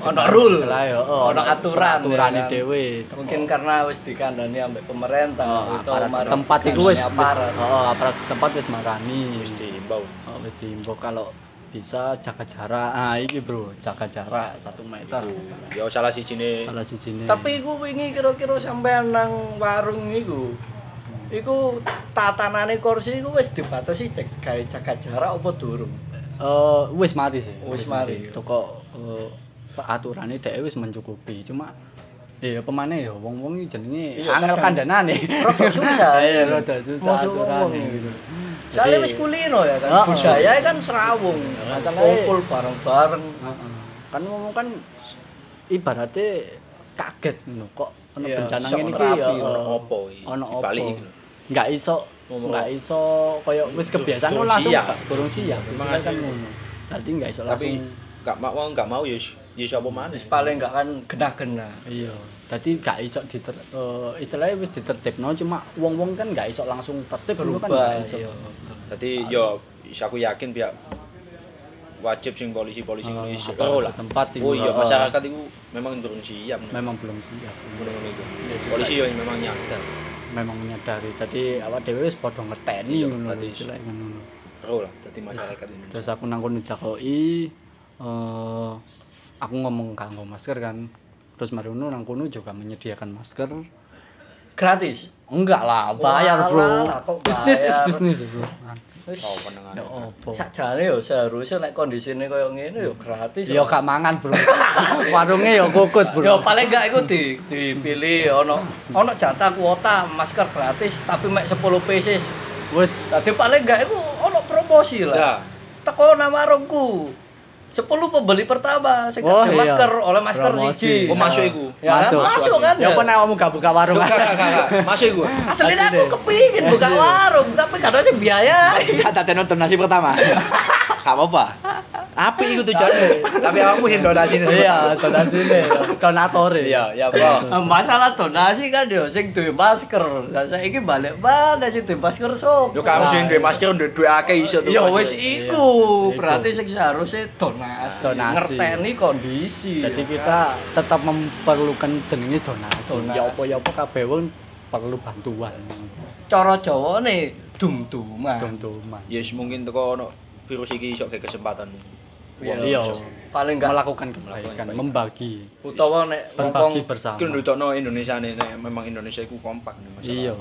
[SPEAKER 3] Ono rule.
[SPEAKER 2] lah ya, oh,
[SPEAKER 3] Ono aturan,
[SPEAKER 2] aturan
[SPEAKER 3] ya kan?
[SPEAKER 2] dhewe.
[SPEAKER 3] Mungkin karena wis dikandani ambek pemerintah
[SPEAKER 2] Oh,
[SPEAKER 3] atau
[SPEAKER 2] aparat
[SPEAKER 3] marah-
[SPEAKER 2] setempat itu wis wis
[SPEAKER 3] aparat.
[SPEAKER 2] oh, aparat setempat wis marani
[SPEAKER 1] Wis diimbau.
[SPEAKER 2] oh, wis diimbau kalau bisa jaga jarak ah iki bro jaga jarak satu meter
[SPEAKER 1] Ya salah siji ne.
[SPEAKER 2] salah si jine
[SPEAKER 3] Tapi iku wingi kira-kira sampean nang warung iku. Iku tatanane kursi iku wis dibatasi cek gawe jaga jarak apa durung?
[SPEAKER 2] Eh, wis mari sih
[SPEAKER 3] Wis mari.
[SPEAKER 2] toko eh, aturannya dhewe wis mencukupi cuma Iya, pemane ya wong-wong iki jenenge
[SPEAKER 3] Iya,
[SPEAKER 2] angel
[SPEAKER 3] kadang.
[SPEAKER 2] kandhanane.
[SPEAKER 3] Rada susah.
[SPEAKER 2] Iya, rada susah
[SPEAKER 3] Masuk
[SPEAKER 2] aturane
[SPEAKER 3] wong-wong.
[SPEAKER 2] gitu.
[SPEAKER 3] Soalnya
[SPEAKER 2] Jadi-
[SPEAKER 3] wis kulino ya
[SPEAKER 2] Heeh.
[SPEAKER 3] kan. Budaya kan serawung.
[SPEAKER 2] Masalahnya-
[SPEAKER 3] Kumpul bareng-bareng.
[SPEAKER 2] Heeh. kan ngomong kan ibaratnya kaget ngono kok ono
[SPEAKER 3] Iya,
[SPEAKER 2] bencana
[SPEAKER 3] shock
[SPEAKER 2] ngene iki
[SPEAKER 3] terapi,
[SPEAKER 2] ya
[SPEAKER 1] ono
[SPEAKER 2] eh,
[SPEAKER 1] opo iki,
[SPEAKER 2] ono opo
[SPEAKER 1] dibalik iki lho.
[SPEAKER 2] nggak iso
[SPEAKER 1] Ngomong.
[SPEAKER 2] nggak iso koyo wis kebiasaan
[SPEAKER 1] Durung
[SPEAKER 2] langsung
[SPEAKER 1] siap.
[SPEAKER 2] gak- durung siap Maksudnya kan ngono dadi nggak iso
[SPEAKER 1] tapi
[SPEAKER 2] langsung
[SPEAKER 1] gak mau gak mau ya ya siapa mana
[SPEAKER 3] paling enggak kan genah-genah
[SPEAKER 2] iya dadi gak iso diter eh, istilahnya wis ditertibno cuma wong-wong kan gak iso langsung tertib ngono
[SPEAKER 3] berubah
[SPEAKER 2] kan nggak iso.
[SPEAKER 3] iya.
[SPEAKER 1] jadi yo is- aku yakin pihak wajib sing polisi polisi
[SPEAKER 2] Oh,
[SPEAKER 1] Indonesia
[SPEAKER 2] aparat setempat iku.
[SPEAKER 1] oh iya
[SPEAKER 2] Oh.
[SPEAKER 1] masyarakat itu memang belum siap nah.
[SPEAKER 2] memang belum siap
[SPEAKER 1] Ngono-ngono iku.
[SPEAKER 2] Ya, juga.
[SPEAKER 1] polisi yo memang nyadar
[SPEAKER 2] memang menyadari jadi awak dhewe wis padha ngeteni ngono
[SPEAKER 1] berarti-
[SPEAKER 2] istilahnya ngono
[SPEAKER 1] ro Oh, lah jadi masyarakat ini
[SPEAKER 2] terus aku nangkon ditakoi eh aku ngomong kanggo masker kan terus Mariono nangkono juga menyediakan masker
[SPEAKER 3] gratis
[SPEAKER 2] enggak lah bayar
[SPEAKER 3] Walah,
[SPEAKER 2] bro
[SPEAKER 3] lah, kok
[SPEAKER 2] bisnis is
[SPEAKER 3] bayar?
[SPEAKER 2] bisnis bro
[SPEAKER 3] wis
[SPEAKER 1] oh pendengar
[SPEAKER 2] ya opo
[SPEAKER 3] sakjane yo seharusnya nek kondisine koyo ngene yo gratis
[SPEAKER 2] ya gak mangan bro warungnya ya kokot
[SPEAKER 3] Yo
[SPEAKER 2] bro
[SPEAKER 3] paling enggak iku di dipilih ono ono jatah kuota masker gratis tapi mek 10 pieces.
[SPEAKER 2] wes
[SPEAKER 3] Dadi paling enggak iku ono promosi
[SPEAKER 1] Nah.
[SPEAKER 3] lah. Teko nang warungku. 10 pembeli pertama sing
[SPEAKER 2] Oh,
[SPEAKER 3] gak ada
[SPEAKER 2] iya.
[SPEAKER 3] masker oleh masker
[SPEAKER 2] Promosi.
[SPEAKER 3] siji.
[SPEAKER 1] Oh, masuk iku.
[SPEAKER 3] Ya kan,
[SPEAKER 2] masuk
[SPEAKER 3] masuk kan.
[SPEAKER 2] ya kan awakmu gak buka warung
[SPEAKER 1] Loh, kakak kakak masuk gua
[SPEAKER 3] Aslinya aku kepingin buka warung tapi gak ada sing biaya.
[SPEAKER 4] Tak tenon nasi pertama. Gak apa-apa.
[SPEAKER 1] api itu tujuanmu tapi kamu yang donasi ini semua.
[SPEAKER 2] iya donasi nih donator
[SPEAKER 1] iya ya bro
[SPEAKER 3] Masalah donasi kan yo sing duwe masker. Lah saiki balik mana sing duwe masker sop.
[SPEAKER 1] Yo kamu sing duwe masker duwe duwe akeh iso tuh.
[SPEAKER 3] Ya wis
[SPEAKER 2] Iya.
[SPEAKER 3] iku,
[SPEAKER 2] Iku.
[SPEAKER 3] berarti sing seharusnya donasi,
[SPEAKER 2] Donasi.
[SPEAKER 3] ngerteni kondisi.
[SPEAKER 2] Jadi kita tetap memperlukan jenenge donasi.
[SPEAKER 3] Donasi.
[SPEAKER 2] Ya apa ya apa kabeh wong perlu bantuan.
[SPEAKER 3] cara Jawane dum-duman.
[SPEAKER 2] Dontuman.
[SPEAKER 1] Yes mungkin teko ono virus iki iso kayak kesempatan.
[SPEAKER 3] Iya.
[SPEAKER 2] Iya.
[SPEAKER 3] Paling enggak
[SPEAKER 2] Melakukan kebaikan, membagi,
[SPEAKER 3] utawa nek
[SPEAKER 2] berbagi
[SPEAKER 3] wong
[SPEAKER 2] bersama.
[SPEAKER 1] Ki ndutokno Indonesia nih, nek memang Indonesia iku kompak nih masalah.
[SPEAKER 2] Iya.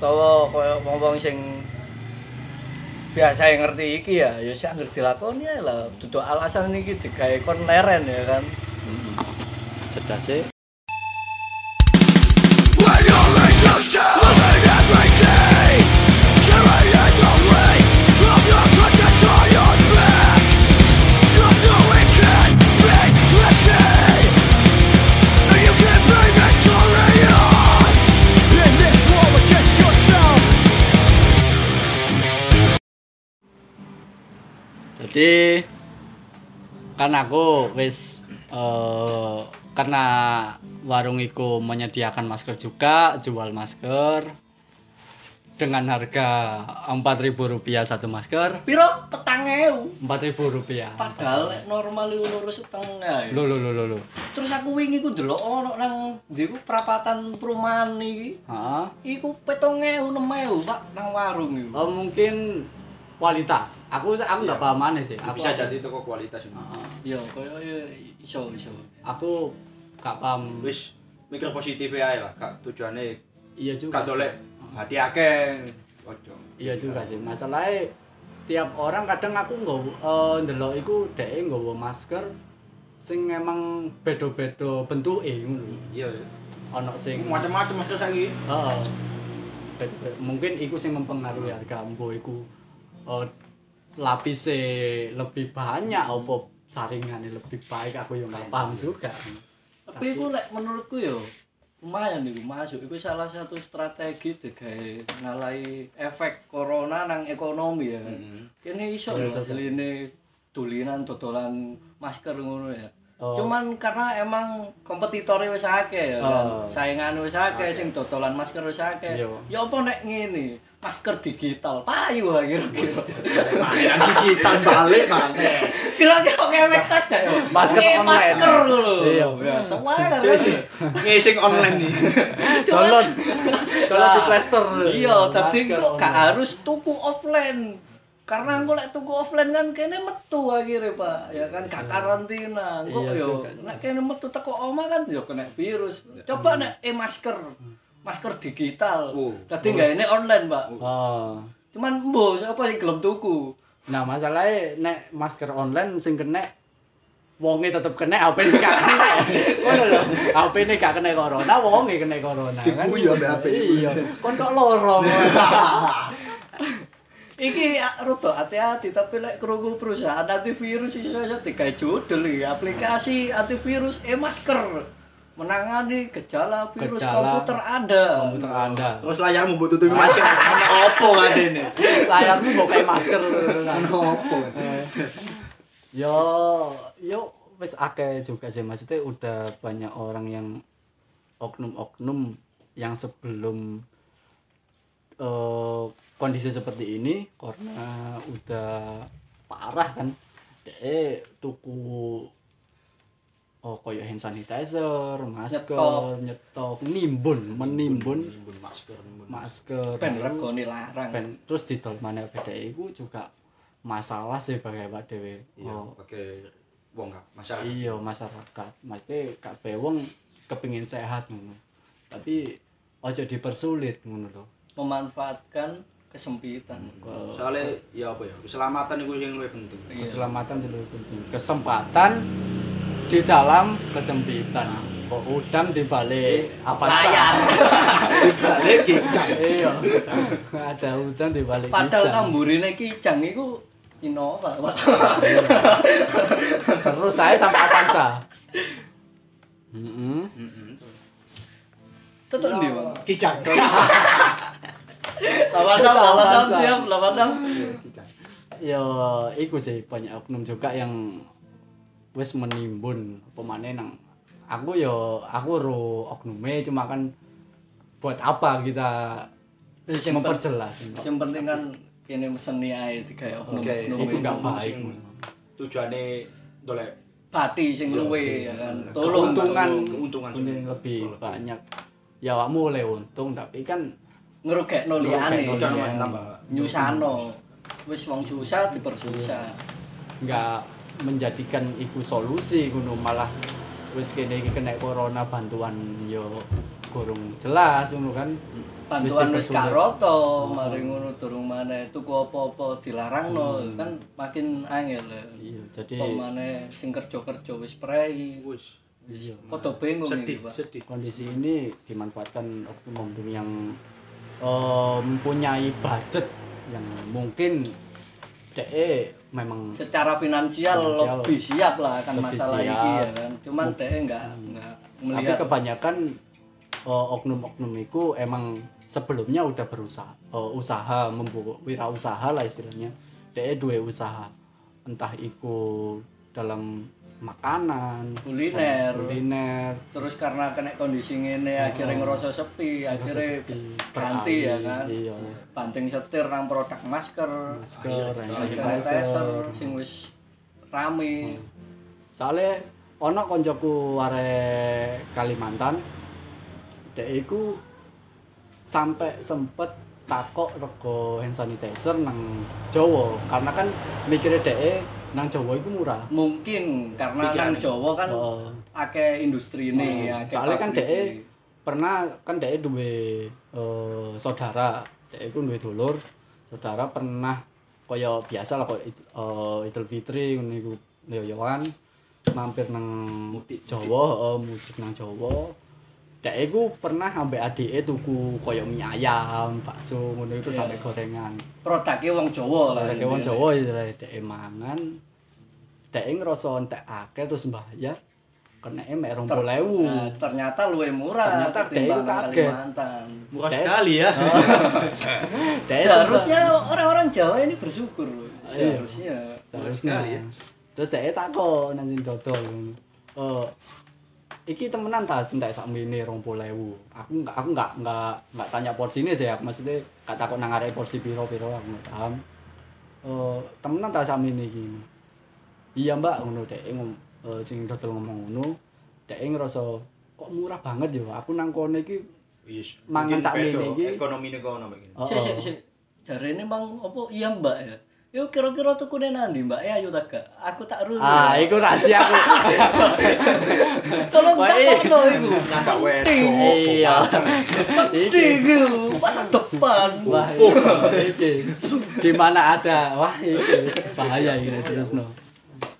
[SPEAKER 3] utawa koyo wong-wong sing biasa yang ngerti iki ya, ya sing anggere dilakoni ae lah. Duduk alasan iki digawe kon leren ya kan.
[SPEAKER 2] Cedase Jadi kan aku wis eh, karena warung iku menyediakan masker juga, jual masker dengan harga Rp4.000 satu masker,
[SPEAKER 3] Piro petang ewu,
[SPEAKER 2] Rp4.000.
[SPEAKER 3] padahal lek normal iku loro setengah. ya.
[SPEAKER 2] Lo lo lo lo lo.
[SPEAKER 3] Terus aku wingi ku delok ono nang ndi ku perapatan perumahan iki.
[SPEAKER 2] Heeh.
[SPEAKER 3] Iku petong ewu, enam ewu, Pak, nang warung iku.
[SPEAKER 2] Oh, mungkin kualitas. Aku aku nggak paham aneh sih. Aku,
[SPEAKER 1] Bisa jadi teko kualitas.
[SPEAKER 3] Ya, kaya ya, iso iso.
[SPEAKER 2] Aku nggak paham.
[SPEAKER 1] Wis mikir positif ae lah, kak tujuane
[SPEAKER 2] Iya juga.
[SPEAKER 1] kak
[SPEAKER 2] sih.
[SPEAKER 1] dolek hati akeh. Ojo.
[SPEAKER 2] Iya juga sih. Masalahnya tiap orang kadang aku nggak eh, ndelok iku dhek nggawa masker sing emang beda-beda bentuke ngono. lho.
[SPEAKER 1] Iya.
[SPEAKER 2] Ono sing
[SPEAKER 1] Macam-macam masker saiki.
[SPEAKER 2] Heeh. Bet- mungkin iku sing mempengaruhi harga embo iku eh, lapise lebih banyak apa saringannya lebih baik aku yang nggak paham juga
[SPEAKER 3] Tapi iku lek menurutku ya lumayan iku masuk. Iku salah satu strategi digawe ngalai efek corona nang ekonomi ya.
[SPEAKER 1] Mm-hmm.
[SPEAKER 3] Kene
[SPEAKER 2] Iya,
[SPEAKER 3] iso lho asline dulinan dodolan masker ngono ya.
[SPEAKER 2] Oh.
[SPEAKER 3] Cuman karena emang kompetitornya wis akeh ya. kan.
[SPEAKER 2] Oh.
[SPEAKER 3] Saingane wis akeh sing dodolan masker wis akeh.
[SPEAKER 2] Iya.
[SPEAKER 3] Ya apa nek ngene? Masker digital payu akhir-akhir.
[SPEAKER 1] Digital balik kan.
[SPEAKER 3] Kira-kira ngewek aja ya.
[SPEAKER 2] Masker
[SPEAKER 3] Kayak
[SPEAKER 2] online.
[SPEAKER 3] Masker dulu.
[SPEAKER 2] Iya.
[SPEAKER 3] Biasa banget. kan?
[SPEAKER 1] Ngising online nih.
[SPEAKER 3] Cuman-
[SPEAKER 2] download download di
[SPEAKER 3] Nah,
[SPEAKER 2] plaster
[SPEAKER 3] Iya, tapi kok gak harus tuku offline. Karena aku lek tuku offline kan kene metu akhirnya Pak, ya kan gak karantina. Kok
[SPEAKER 2] Iya
[SPEAKER 3] yo
[SPEAKER 2] juga.
[SPEAKER 3] nek kene metu teko oma kan yo kena virus. Coba
[SPEAKER 2] Hmm.
[SPEAKER 3] nek eh masker masker digital.
[SPEAKER 1] Oh,
[SPEAKER 3] Tadi nggak ini online, Pak.
[SPEAKER 2] oh.
[SPEAKER 3] Cuman mbo siapa yang gelem tuku?
[SPEAKER 2] Nah, masalahnya nek masker online sing kena wonge tetep kena HP ini gak kena. Ngono lho. HP ini gak kena corona, wonge kena corona. kan?
[SPEAKER 4] Dikuyu ambek HP iku.
[SPEAKER 2] Iya. Kon kok loro.
[SPEAKER 3] Iki ah, rada hati-hati tapi lek krungu perusahaan antivirus iso iso digawe judul iki aplikasi antivirus e masker. menangani gejala virus
[SPEAKER 2] Gejala
[SPEAKER 3] komputer Anda.
[SPEAKER 2] komputer Anda.
[SPEAKER 1] Terus layarmu butuh tutupi masker. Ana opo katene?
[SPEAKER 3] Layarmu kok kayak masker.
[SPEAKER 1] Ana opo?
[SPEAKER 2] Yo, yo wis akeh juga sih maksudnya udah banyak orang yang oknum-oknum yang sebelum eh, kondisi seperti ini karena udah parah kan deh tuku oh koyo hand sanitizer masker
[SPEAKER 3] Nyetok.
[SPEAKER 2] nyetok, nimbun menimbun
[SPEAKER 1] masker.
[SPEAKER 2] masker
[SPEAKER 3] Ben regone larang.
[SPEAKER 2] Ben, terus didol maneh beda iku juga masalah sih bagi awak dhewe
[SPEAKER 1] Iya,
[SPEAKER 2] Oh,
[SPEAKER 1] pakai wong gak masyarakat.
[SPEAKER 2] iya masyarakat mesti kabeh wong kepingin sehat ngono tapi ojo dipersulit ngono lho
[SPEAKER 3] memanfaatkan kesempitan.
[SPEAKER 1] Soalnya ya apa ya? Keselamatan itu yang lebih penting.
[SPEAKER 4] Nah,
[SPEAKER 3] Iya.
[SPEAKER 2] keselamatan jadi lebih penting kesempatan di dalam kesempitan kok udang di balik apa
[SPEAKER 3] Layar.
[SPEAKER 1] Balik kijang.
[SPEAKER 2] iya ada udang di balik
[SPEAKER 3] Padahal
[SPEAKER 2] kijang.
[SPEAKER 3] tamburine kijang iku Innova.
[SPEAKER 2] terus saya sampai Avanza Mm-mm.
[SPEAKER 3] Tetok ndi, Bang?
[SPEAKER 4] Kijang.
[SPEAKER 3] 86 86 siap 86.
[SPEAKER 2] ya iku sih banyak oknum juga yang wis menimbun pemane nang aku yo aku ro oknume cuma kan buat apa kita
[SPEAKER 3] Sing
[SPEAKER 2] memperjelas
[SPEAKER 3] Yang penting kan kene seni ae digawe
[SPEAKER 1] Oke,
[SPEAKER 2] itu
[SPEAKER 3] oknum-oknum.
[SPEAKER 2] nggak baik
[SPEAKER 1] Tujuannya dolek
[SPEAKER 3] Pati
[SPEAKER 1] Iya,
[SPEAKER 3] sing luwe ya kan. Tolong
[SPEAKER 2] keuntungan
[SPEAKER 1] keuntungan.
[SPEAKER 2] keuntungan lebih banyak ya awakmu oleh untung tapi kan
[SPEAKER 3] ngerugekno
[SPEAKER 2] Ngerugekno
[SPEAKER 3] liyane.
[SPEAKER 2] liyane.
[SPEAKER 1] tujuan tambah.
[SPEAKER 3] Nyusano. Wis wong susah dipersusah.
[SPEAKER 2] nggak menjadikan iku solusi ngono malah wis kene iki kena corona bantuan yo gorong jelas ngono kan
[SPEAKER 3] bantuan wis
[SPEAKER 2] dipersulit.
[SPEAKER 3] gak roto mari ngono durung maneh tuku apa-apa dilarangno kan makin angel
[SPEAKER 2] Hmm.
[SPEAKER 3] ya.
[SPEAKER 2] iya jadi
[SPEAKER 3] kok maneh sing kerja-kerja wis prei
[SPEAKER 1] Wis.
[SPEAKER 2] iya.
[SPEAKER 3] padha bingung
[SPEAKER 1] Sedih,
[SPEAKER 3] iki Pak
[SPEAKER 1] sedih.
[SPEAKER 2] kondisi ini dimanfaatkan oknum-oknum yang eh, mempunyai budget yang mungkin DE memang
[SPEAKER 3] secara finansial
[SPEAKER 2] Finansial.
[SPEAKER 3] lebih siap lah kan
[SPEAKER 2] Lebih
[SPEAKER 3] masalah
[SPEAKER 2] siap.
[SPEAKER 3] iki ya kan cuman dhek enggak enggak
[SPEAKER 2] tapi
[SPEAKER 3] melihat
[SPEAKER 2] kebanyakan eh, oknum-oknum itu emang sebelumnya udah berusaha eh, usaha membuka wirausaha lah istilahnya DE dua usaha entah itu dalam makanan
[SPEAKER 3] kuliner
[SPEAKER 2] kuliner
[SPEAKER 3] terus karena kena kondisi ngene akhirnya ngerasa sepi akhirnya ganti ya
[SPEAKER 2] Oh. beralih,
[SPEAKER 3] kan
[SPEAKER 2] iya
[SPEAKER 3] banting setir nang produk masker
[SPEAKER 2] masker hand
[SPEAKER 3] hand
[SPEAKER 2] sanitizer. Oh.
[SPEAKER 3] sanitizer sing wis rame
[SPEAKER 2] soalnya ono koncoku are Kalimantan dek iku sampai sempet takok rego hand sanitizer nang Jawa karena kan mikirnya dek e nang Jawa iku murah
[SPEAKER 3] mungkin karena nang Jawa kan
[SPEAKER 2] Oh.
[SPEAKER 3] akeh industri ini ya
[SPEAKER 2] soalnya kan dek pernah kan dek duwe eh, saudara dek iku duwe dulur saudara pernah kaya biasa lah kaya eh, Idul Fitri ngono iku yoyoan mampir nang
[SPEAKER 1] Mudik,
[SPEAKER 2] Jawa eh, mudik nang Jawa dek iku pernah ambek adike tuku kaya mie ayam bakso ngono itu sampai gorengan
[SPEAKER 3] produknya wong Jawa lah
[SPEAKER 2] Kayak wong Jawa ya dek mangan. Dek ngrasa entek akeh terus mbayar. Keneke mek 20.000.
[SPEAKER 3] Nah, ternyata luwe murah
[SPEAKER 2] Ternyata dek
[SPEAKER 3] ketimbang
[SPEAKER 2] kaget.
[SPEAKER 3] Kalimantan
[SPEAKER 1] Murah
[SPEAKER 2] Des.
[SPEAKER 1] sekali ya.
[SPEAKER 2] Dek
[SPEAKER 3] seharusnya orang-orang Jawa ini bersyukur loh.
[SPEAKER 2] Iya.
[SPEAKER 3] seharusnya
[SPEAKER 2] seharusnya. Terus dek takon nang sing dodol. Eh iki temenan ta entek sak mene 20.000. Aku enggak aku enggak enggak enggak tanya porsine sih aku maksudnya gak takon nang arek porsi piro-piro aku enggak paham. Eh temenan ta sak mene iki. Iya Mbak ngono dek ngom eh, sing dodol ngomong ngono. Dek ngerasa kok murah banget ya aku nang kene iki
[SPEAKER 1] Wis.
[SPEAKER 2] Mangan
[SPEAKER 1] mungkin
[SPEAKER 2] sak
[SPEAKER 1] beda,
[SPEAKER 2] mene iki.
[SPEAKER 1] Ekonomine kono mek.
[SPEAKER 2] Oh,
[SPEAKER 3] sik sik sik jare ini bang apa iya mbak ya Yo kira-kira tuh kudu nanti mbak ya ayo tak gak? aku tak rulu.
[SPEAKER 2] Ah,
[SPEAKER 3] ya.
[SPEAKER 2] iku rahasia aku.
[SPEAKER 3] Tolong
[SPEAKER 2] Wah,
[SPEAKER 3] tak
[SPEAKER 2] iya.
[SPEAKER 3] foto iku.
[SPEAKER 1] Nambah
[SPEAKER 3] Penting.
[SPEAKER 1] wedok.
[SPEAKER 2] Iya.
[SPEAKER 3] Penting iku. Masa depan.
[SPEAKER 2] Wah, iya. iki. Di mana ada? Wah, iki bahaya ini terus no.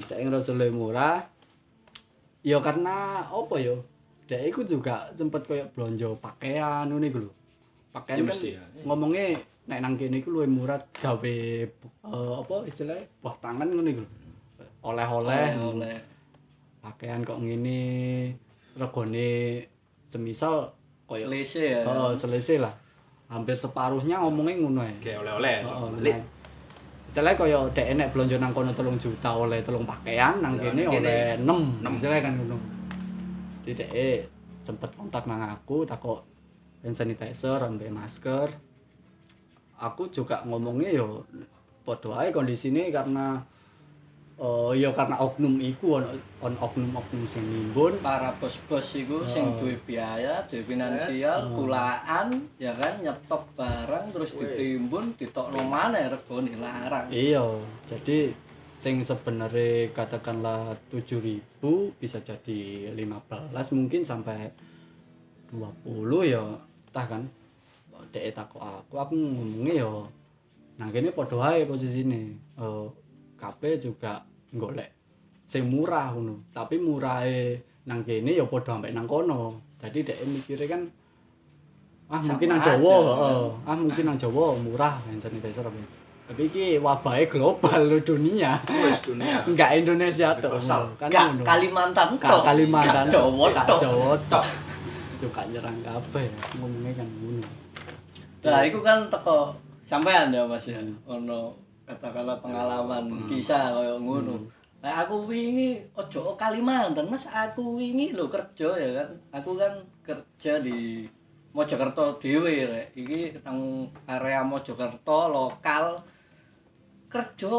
[SPEAKER 2] Dek ngerasa lebih murah. Ya karena apa yo? Dek iku juga sempet koyo blonjo pakaian ngono iku lho. Pakaian
[SPEAKER 1] Ya,
[SPEAKER 2] kan
[SPEAKER 1] mesti ya.
[SPEAKER 2] ngomongnya nek nang kene iku luwih murah gawe eh, apa istilahnya buah tangan ngono iku lho. Oleh-oleh
[SPEAKER 3] Oleh.
[SPEAKER 2] pakaian kok ngene regone semisal koyo
[SPEAKER 3] Selesai ya.
[SPEAKER 2] Heeh, selesai lah. Hampir separuhnya ngomongnya ngono ya.
[SPEAKER 1] Kayak oleh-oleh.
[SPEAKER 2] Heeh,
[SPEAKER 1] Lek.
[SPEAKER 2] lumayan. Istilahnya kaya dek enek blonjo nang kono telung juta oleh telung pakaian nang kene oleh enem istilahnya kan ngono. Jadi dek e sempet kontak nang aku takok hand sanitizer ambek masker. Aku juga ngomongnya yo padha ae kondisine karena eh ya karena oknum iku on, on oknum-oknum sing nimbun
[SPEAKER 3] para bos-bos iku sing
[SPEAKER 2] Uh-uh.
[SPEAKER 3] duwe biaya, duwe finansial, kulaan, ya kan nyetok barang terus ditimbun, ditokno maneh regone larang.
[SPEAKER 2] Iya, jadi sing sebenarnya katakanlah 7000 bisa jadi 15 mungkin sampai 20 ya entah kan. Dek takok aku, aku ngomongnya ya nang kene padha ae posisine. Eh kabeh juga golek sing murah ngono, tapi murahe nang kene ya padha ambek nang kono. Jadi dek mikire kan ah
[SPEAKER 3] Sama
[SPEAKER 2] mungkin nang
[SPEAKER 3] aja,
[SPEAKER 2] Jawa
[SPEAKER 3] kan?
[SPEAKER 2] heeh. ah mungkin nang Jawa murah hand sanitizer apa tapi iki wabahnya global lo dunia
[SPEAKER 1] Wis dunia.
[SPEAKER 2] enggak Indonesia tuh kan
[SPEAKER 3] Gak
[SPEAKER 2] ngono.
[SPEAKER 3] Kalimantan
[SPEAKER 2] Gak
[SPEAKER 3] tok.
[SPEAKER 2] Kalimantan
[SPEAKER 3] gak Jawa
[SPEAKER 2] gak
[SPEAKER 3] tok.
[SPEAKER 2] Jawa tok juga nyerang kabeh ngomongnya kan ngono
[SPEAKER 3] Nah, iku kan teko sampean ya Mas ya. Ono katakanlah pengalaman kisah kaya ngono. Nah, aku wingi ojo ke Kalimantan, Mas. Aku wingi lho kerja ya kan. Aku kan kerja di Mojokerto dhewe rek. Iki nang area Mojokerto lokal kerja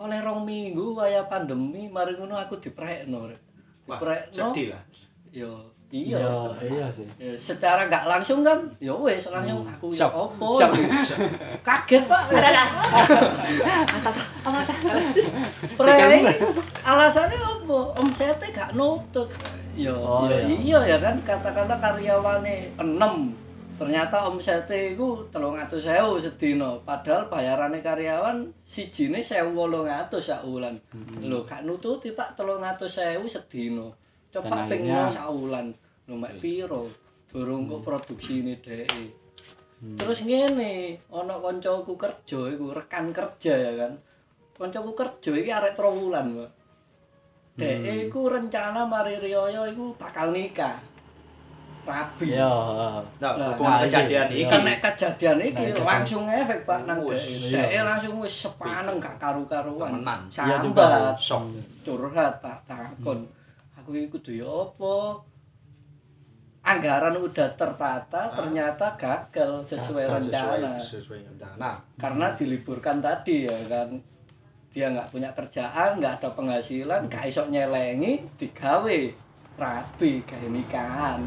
[SPEAKER 3] oleh rong minggu kaya pandemi mari ngono aku diprekno rek.
[SPEAKER 1] Wah,
[SPEAKER 3] Diprekno.
[SPEAKER 1] sedih lah.
[SPEAKER 3] Yo,
[SPEAKER 2] iya
[SPEAKER 3] iya.
[SPEAKER 2] iya sih
[SPEAKER 3] Ya, secara nggak langsung kan ya wes langsung
[SPEAKER 2] Hmm.
[SPEAKER 3] aku ya opo
[SPEAKER 5] Shock.
[SPEAKER 3] kaget pak ada ada Prei, alasannya opo om saya teh gak nutup ya
[SPEAKER 2] Oh,
[SPEAKER 3] ya iya
[SPEAKER 2] iya.
[SPEAKER 3] ya kan katakanlah karyawane enam ternyata om saya teh itu telung atus sewu sedino padahal bayarannya karyawan si jine sewu wolong atus saulan
[SPEAKER 2] Hmm.
[SPEAKER 3] lo gak nututi pak telung atus sewu sedino coba
[SPEAKER 2] Dan
[SPEAKER 3] pengen
[SPEAKER 2] akhirnya-
[SPEAKER 3] saulan lho mek piro durung kok produksine dhek terus ngene ana kancaku kerja iku rekan kerja ya kan kancaku kerja iki arek 3 wulan Pak dhek iku rencana mari riyoyo iku bakal nikah rabi
[SPEAKER 2] iya
[SPEAKER 1] Nah,
[SPEAKER 3] Nah,
[SPEAKER 1] hubungan
[SPEAKER 2] nah,
[SPEAKER 1] kejadian
[SPEAKER 2] iya,
[SPEAKER 1] iki.
[SPEAKER 3] Kan nek kejadian iki langsung efek Pak nang
[SPEAKER 1] Wes,
[SPEAKER 3] dhek. Dhek langsung wis sepaneng gak karu-karuan.
[SPEAKER 1] Temenan.
[SPEAKER 2] Iya juga.
[SPEAKER 3] Sambat.
[SPEAKER 1] Sok.
[SPEAKER 3] curhat tak takon aku iki kudu ya apa anggaran udah tertata ternyata gagal sesuai
[SPEAKER 4] Kan
[SPEAKER 3] rencana
[SPEAKER 1] Sesuai sesuai
[SPEAKER 4] Nah,
[SPEAKER 1] rencana.
[SPEAKER 3] karena diliburkan tadi ya kan dia nggak punya kerjaan nggak ada penghasilan nggak iso nyelengi digawe rapi kayak nikahan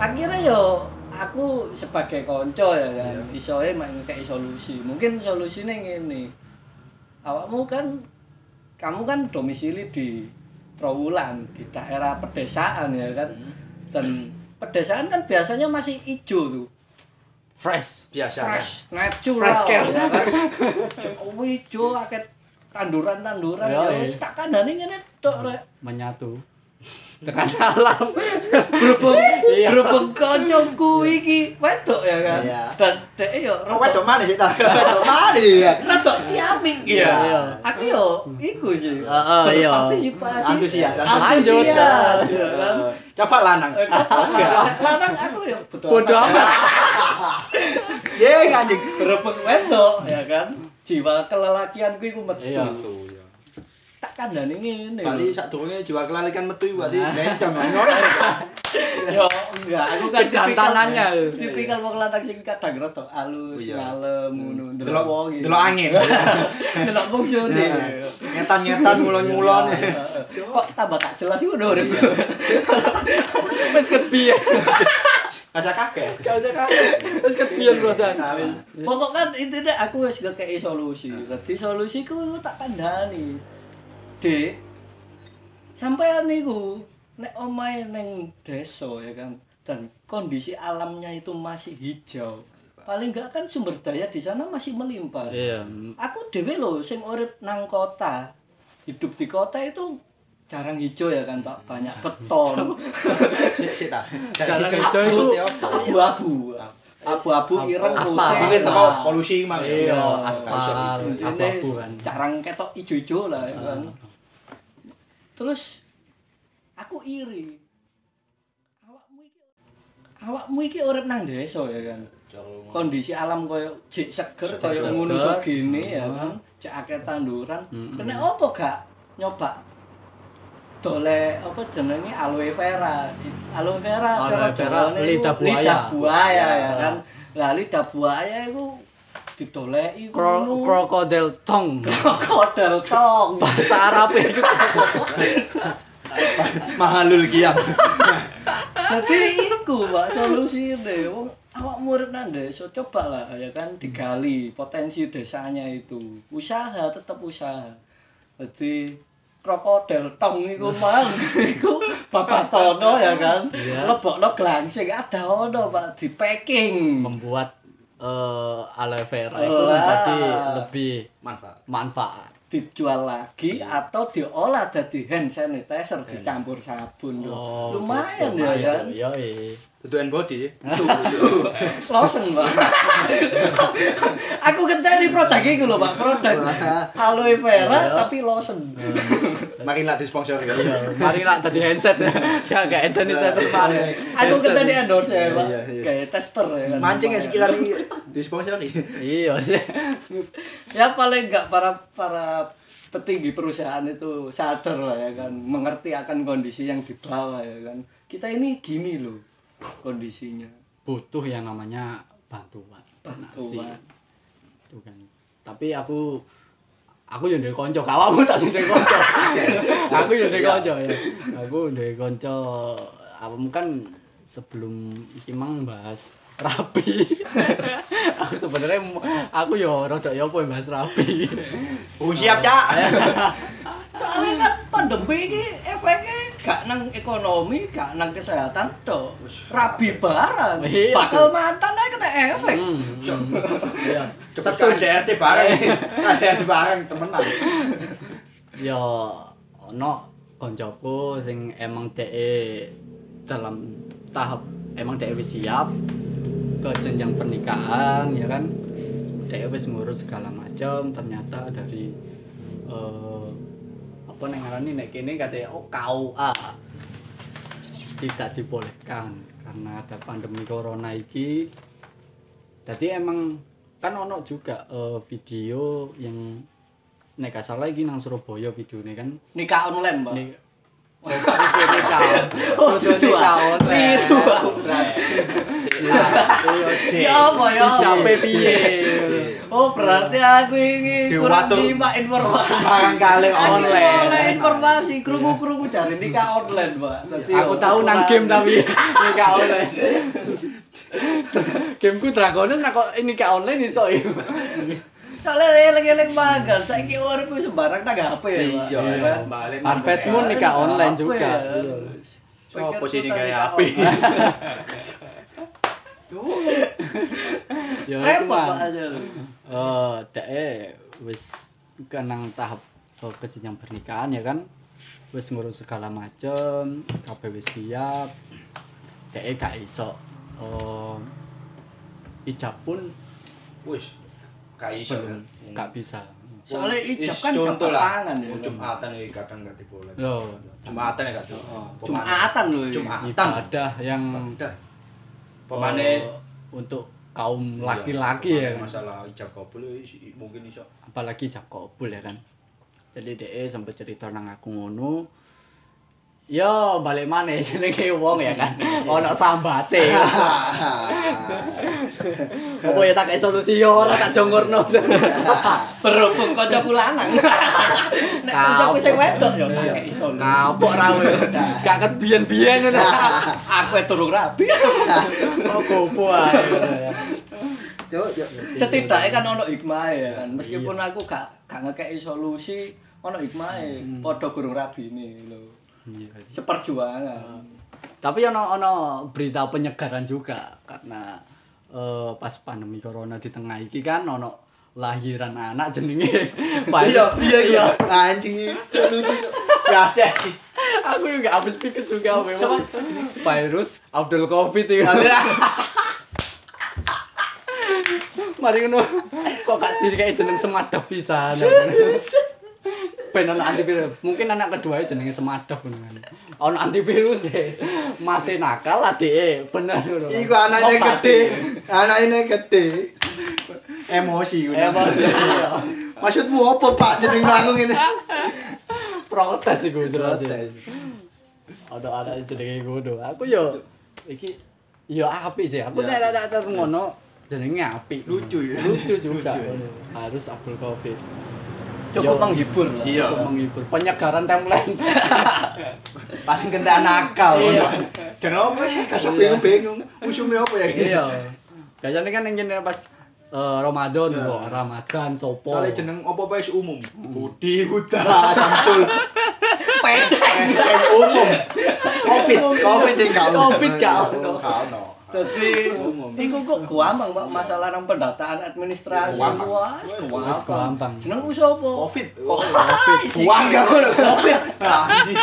[SPEAKER 3] akhirnya yo aku sebagai konco ya kan isoe main kayak solusi mungkin solusinya ngene awakmu kan kamu kan domisili di Trawulan di daerah pedesaan ya kan dan pedesaan kan biasanya masih ijo tuh
[SPEAKER 2] fresh
[SPEAKER 1] Biasa.
[SPEAKER 4] kan.
[SPEAKER 3] fresh natural
[SPEAKER 2] Fresh care.
[SPEAKER 3] ya kan Jauh ijo akeh tanduran-tanduran
[SPEAKER 2] Iya,
[SPEAKER 3] ya
[SPEAKER 2] iya.
[SPEAKER 3] wis tak kandhani ngene tok rek
[SPEAKER 2] menyatu tekan alam
[SPEAKER 3] berhubung
[SPEAKER 2] Iya.
[SPEAKER 3] berhubung kancaku iki wedok ya kan
[SPEAKER 4] Iya.
[SPEAKER 3] dan dhek yo
[SPEAKER 4] Oh, wedok mana sih? Tak wedok mana ya?
[SPEAKER 3] rodok diaming gitu.
[SPEAKER 4] Iya,
[SPEAKER 2] iya.
[SPEAKER 3] aku yo iku sih
[SPEAKER 2] Heeh, iya.
[SPEAKER 3] berpartisipasi
[SPEAKER 4] Antusias,
[SPEAKER 2] antusias.
[SPEAKER 3] antusias ya kan
[SPEAKER 4] Coba lanang.
[SPEAKER 3] Eh, kok lanang aku ya bodo
[SPEAKER 2] bodo amat
[SPEAKER 4] Ye Iya, anjing.
[SPEAKER 3] berebek wedok ya kan jiwa kelelakianku iku
[SPEAKER 2] Iya.
[SPEAKER 3] metu
[SPEAKER 1] Tuh, ya.
[SPEAKER 3] tak kandhani ngene
[SPEAKER 4] Berarti
[SPEAKER 3] lho.
[SPEAKER 4] sak durunge jiwa kelalikan metu berarti
[SPEAKER 3] Nah.
[SPEAKER 4] bencong. ngono.
[SPEAKER 3] yo enggak aku kan
[SPEAKER 2] Kejantanannya.
[SPEAKER 3] tipikal- tipikal wong lanang sing kadang rotok alus
[SPEAKER 4] Iya.
[SPEAKER 3] ngalem ngono ndelok wong
[SPEAKER 4] Delok
[SPEAKER 3] gitu.
[SPEAKER 4] delok angin.
[SPEAKER 3] ndelok wong sore
[SPEAKER 4] Ngetan-ngetan mulon-mulon.
[SPEAKER 3] Iya, kok tambah tak jelas ngono urip
[SPEAKER 2] wis kebiyen
[SPEAKER 4] Kaca kakek.
[SPEAKER 2] gak usah kaget wis kebiyen perasaan
[SPEAKER 3] Nah, pokok kan intinya aku wis gak kei solusi dadi solusiku iku tak kandhani dek sampean niku nek omahe ning desa ya kan dan kondisi alamnya itu masih hijau paling enggak kan sumber daya di sana masih melimpah
[SPEAKER 2] iya
[SPEAKER 3] aku dewe lho sing urip nang kota hidup di kota itu jarang hijau ya kan pak banyak beton
[SPEAKER 4] Sik sik ta.
[SPEAKER 2] jalan
[SPEAKER 4] Jalan ya,
[SPEAKER 2] hijau itu
[SPEAKER 3] ya, abu-abu abu-abu ireng
[SPEAKER 2] Aspal.
[SPEAKER 3] putih,
[SPEAKER 4] Ini teko
[SPEAKER 3] nah.
[SPEAKER 4] polusi mang.
[SPEAKER 2] iya
[SPEAKER 4] Iya.
[SPEAKER 2] aspal
[SPEAKER 3] Intine
[SPEAKER 2] abu-abu kan
[SPEAKER 3] jarang ketok ijo-ijo lah ya kan. Terus aku iri awakmu iki awakmu iki urip nang desa ya kan kondisi alam koyo jek seger koyo
[SPEAKER 2] seger. Hmm.
[SPEAKER 3] ngono sok gini ya kan cek akeh tanduran
[SPEAKER 2] Mm-mm.
[SPEAKER 3] kena apa gak nyoba dole apa jenenge aloe vera aloe vera
[SPEAKER 2] Aloe
[SPEAKER 3] cara
[SPEAKER 2] vera,
[SPEAKER 3] jarane iku
[SPEAKER 2] lidah buaya.
[SPEAKER 3] lidah buaya ya kan lah lidah buaya iku didoleki
[SPEAKER 2] Kro- krokodil tong
[SPEAKER 3] krokodil tong
[SPEAKER 2] bahasa Arab itu
[SPEAKER 4] Mahalul kiam.
[SPEAKER 3] Jadi iku mbak solusi deh. Wong awak murid nang desa coba lah ya kan digali potensi desanya itu. Usaha tetap usaha. Jadi krokodil tong iku mang iku bapak tono ya kan. Lebokno glangsing ada ono Pak di packing.
[SPEAKER 2] membuat eh, aloe vera itu
[SPEAKER 3] Wah.
[SPEAKER 2] menjadi lebih
[SPEAKER 4] Manfaat.
[SPEAKER 2] manfaat.
[SPEAKER 3] dijual lagi atau diolah jadi hand sanitizer dicampur sabun loh. Oh, lumayan ya kan
[SPEAKER 2] Yo, Oh, gitu. yoi.
[SPEAKER 4] Itu hand body sih.
[SPEAKER 3] Losen, Pak. Aku kenteni produk iku lho, Pak. Produk aloe vera
[SPEAKER 4] Iya.
[SPEAKER 3] tapi losen.
[SPEAKER 4] Hmm. Makinlah disponsori.
[SPEAKER 2] Mari lah tadi handset ya. Dia agak handset nih
[SPEAKER 3] Nah,
[SPEAKER 2] saya
[SPEAKER 3] iya.
[SPEAKER 2] terpan.
[SPEAKER 3] Aku kenteni endorse ya, Pak.
[SPEAKER 4] Iya, iya.
[SPEAKER 3] Kayak tester ya. kan.
[SPEAKER 4] Mancing ya sekiranya disponsori.
[SPEAKER 2] Iya.
[SPEAKER 3] Ya paling enggak para para petinggi perusahaan itu sadar lah ya kan, mengerti akan kondisi yang dibawa ya kan. Kita ini gini loh kondisinya.
[SPEAKER 2] Butuh yang namanya bantuan. Nasi.
[SPEAKER 3] Bantuan.
[SPEAKER 2] Itu kan. Tapi aku aku yo ndek kanca, awakmu tak sing ndek kanca. aku yo ndek kanca ya. Aku ndek kanca awakmu kan sebelum iki mang bahas rapi. aku sebenarnya aku yo rodok yo apa bahas rapi.
[SPEAKER 4] Oh siap cak.
[SPEAKER 3] Soalnya kan pandemi ini efeknya gak nang ekonomi, gak nang kesehatan toh. Rabi barang,
[SPEAKER 2] Iya, Hmm.
[SPEAKER 3] bakal mantan aja kena efek.
[SPEAKER 2] Iya.
[SPEAKER 4] Cepet ke ADRT bareng. ADRT bareng temenan.
[SPEAKER 2] ya ono koncoku sing emang dhek dalam tahap emang dhek wis siap ke jenjang pernikahan ya kan dhek wis ngurus segala macam ternyata dari eh, apa neng ngarani nek kene katanya oh KUA tidak dibolehkan karena ada pandemi corona iki jadi emang kan ono juga eh, video yang nek gak salah iki nang Surabaya videone kan
[SPEAKER 3] Nikah online, Mbak.
[SPEAKER 2] Nih, oh, videone kau.
[SPEAKER 3] Oh,
[SPEAKER 2] Videone
[SPEAKER 3] jujur.
[SPEAKER 2] kau.
[SPEAKER 3] Biru
[SPEAKER 2] Iya,
[SPEAKER 3] aku berat. Ya apa ya? apa?
[SPEAKER 2] Siapa piye?
[SPEAKER 3] Oh, berarti aku ini kurang
[SPEAKER 4] Diwatul.
[SPEAKER 3] nyimak informasi.
[SPEAKER 4] Barang kali
[SPEAKER 3] Aku
[SPEAKER 2] online.
[SPEAKER 3] oleh informasi krungu-krungu cari nikah online, Mbak. Dadi
[SPEAKER 2] Aku
[SPEAKER 3] ya,
[SPEAKER 2] tahu nang
[SPEAKER 3] kurang.
[SPEAKER 2] game tapi ini gak online. Gameku Dragonus nak kok ini gak online iso. ya.
[SPEAKER 3] Soalnya eleng-eleng magang, saiki uripku sembarang nang HP ya, Mbak. Ya
[SPEAKER 4] Iya, iya.
[SPEAKER 3] kan?
[SPEAKER 4] Balik.
[SPEAKER 2] Harvest Moon ini gak online juga.
[SPEAKER 4] Sopo sih tinggal api?
[SPEAKER 2] Ya itu
[SPEAKER 3] Repot
[SPEAKER 2] mah.
[SPEAKER 3] Pak aja.
[SPEAKER 2] Eh, dek wis kenang tahap eh, ke jenjang pernikahan ya kan. Wis ngurus segala macem, kabeh wis siap. Dek gak iso eh ijab pun
[SPEAKER 4] Wis. Gak iso.
[SPEAKER 2] belum
[SPEAKER 4] Hmm.
[SPEAKER 2] gak bisa.
[SPEAKER 3] Soalnya ijab
[SPEAKER 4] Is
[SPEAKER 3] kan jam
[SPEAKER 4] contoh lah. Oh,
[SPEAKER 3] tangan ya.
[SPEAKER 4] Jumatan iki kadang gak diboleh.
[SPEAKER 2] Loh,
[SPEAKER 4] Jumatan ya gak diboleh.
[SPEAKER 3] Jumatan loh. ini.
[SPEAKER 4] Jumatan.
[SPEAKER 2] ibadah yang
[SPEAKER 4] Dah.
[SPEAKER 2] eh,
[SPEAKER 4] Pemane
[SPEAKER 2] untuk kaum
[SPEAKER 4] Iya,
[SPEAKER 2] laki-laki ya. kan.
[SPEAKER 4] masalah ijab kabul ya, is- mungkin iso
[SPEAKER 2] apalagi cak kobul ya kan jadi DE sampai cerita nang aku ngono yo balik mana jenenge wong ya kan ono sambate apa ya tak kayak solusi yo ora tak jongorno
[SPEAKER 3] Berhubung kancaku lanang. Nek
[SPEAKER 2] Kau.
[SPEAKER 3] kancaku sing wedok ya pakai iso.
[SPEAKER 2] kapok ra we gak ket biyen-biyen ngono
[SPEAKER 3] Aku yang turun rabi.
[SPEAKER 2] oh gopo ae
[SPEAKER 3] Iya, Setidaknya kan ono hikmah ya kan. Meskipun aku gak gak ngekei solusi, ono hikmah
[SPEAKER 4] Hmm.
[SPEAKER 3] Podo gurung rabi ini lho.
[SPEAKER 2] Iya.
[SPEAKER 3] Seperjuangan.
[SPEAKER 2] tapi ono ono berita penyegaran juga karena eh, pas pandemi corona di tengah iki kan ono lahiran anak jenenge
[SPEAKER 4] iya
[SPEAKER 2] virus
[SPEAKER 4] iya iya anjing ini lucu ya deh
[SPEAKER 2] aku juga habis pikir juga memang virus Abdul Covid ya Nah, mari ngono kok gak dikei jeneng semada pisan ben ono antivirus. Mungkin anak kedua ya jenenge semadep ngono kan. Ono antivirus e. Masih nakal adike bener ngono. kan.
[SPEAKER 4] Iku anaknya
[SPEAKER 2] Obat
[SPEAKER 4] gede.
[SPEAKER 2] e.
[SPEAKER 4] Anaknya gede. Emosi
[SPEAKER 2] Ya
[SPEAKER 4] ngono.
[SPEAKER 2] pasti. ya.
[SPEAKER 4] Maksudmu apa Pak jeneng manggung ini?
[SPEAKER 2] Protes iku jelas. e.
[SPEAKER 4] Protes.
[SPEAKER 2] ada ada jenenge ngono. Aku yo iki yo apik sih. Aku nek ada ada ngono jenenge apik.
[SPEAKER 4] Lucu ya.
[SPEAKER 2] Lucu juga.
[SPEAKER 4] Lucu ya.
[SPEAKER 2] Harus Abdul Covid.
[SPEAKER 3] Cukup
[SPEAKER 2] Yo.
[SPEAKER 3] menghibur.
[SPEAKER 4] Iya.
[SPEAKER 2] Untuk menghibur penyegaran timeline.
[SPEAKER 3] Paling kena nakal.
[SPEAKER 2] Iya.
[SPEAKER 4] Dan apa sih? Kasih bingung-bingung. Usumnya apa ya?
[SPEAKER 2] Iya. Biasanya kan yang jenenge pas eh, Ramadan kok, Ramadan sopo.
[SPEAKER 4] Soalnya jeneng apa wis umum. Budi Huta Samsul. Peceng. Peceng umum. Covid. Covid sing gak umum.
[SPEAKER 2] Covid gak ono.
[SPEAKER 4] Gak ono.
[SPEAKER 3] Jadi iku kok gampang Pak masalah nang pendataan administrasi
[SPEAKER 4] Gampang.
[SPEAKER 3] luas.
[SPEAKER 2] Wis gampang.
[SPEAKER 3] Jenengmu sapa? Oh,
[SPEAKER 4] Covid. Buang gak ono. Covid. Anjing.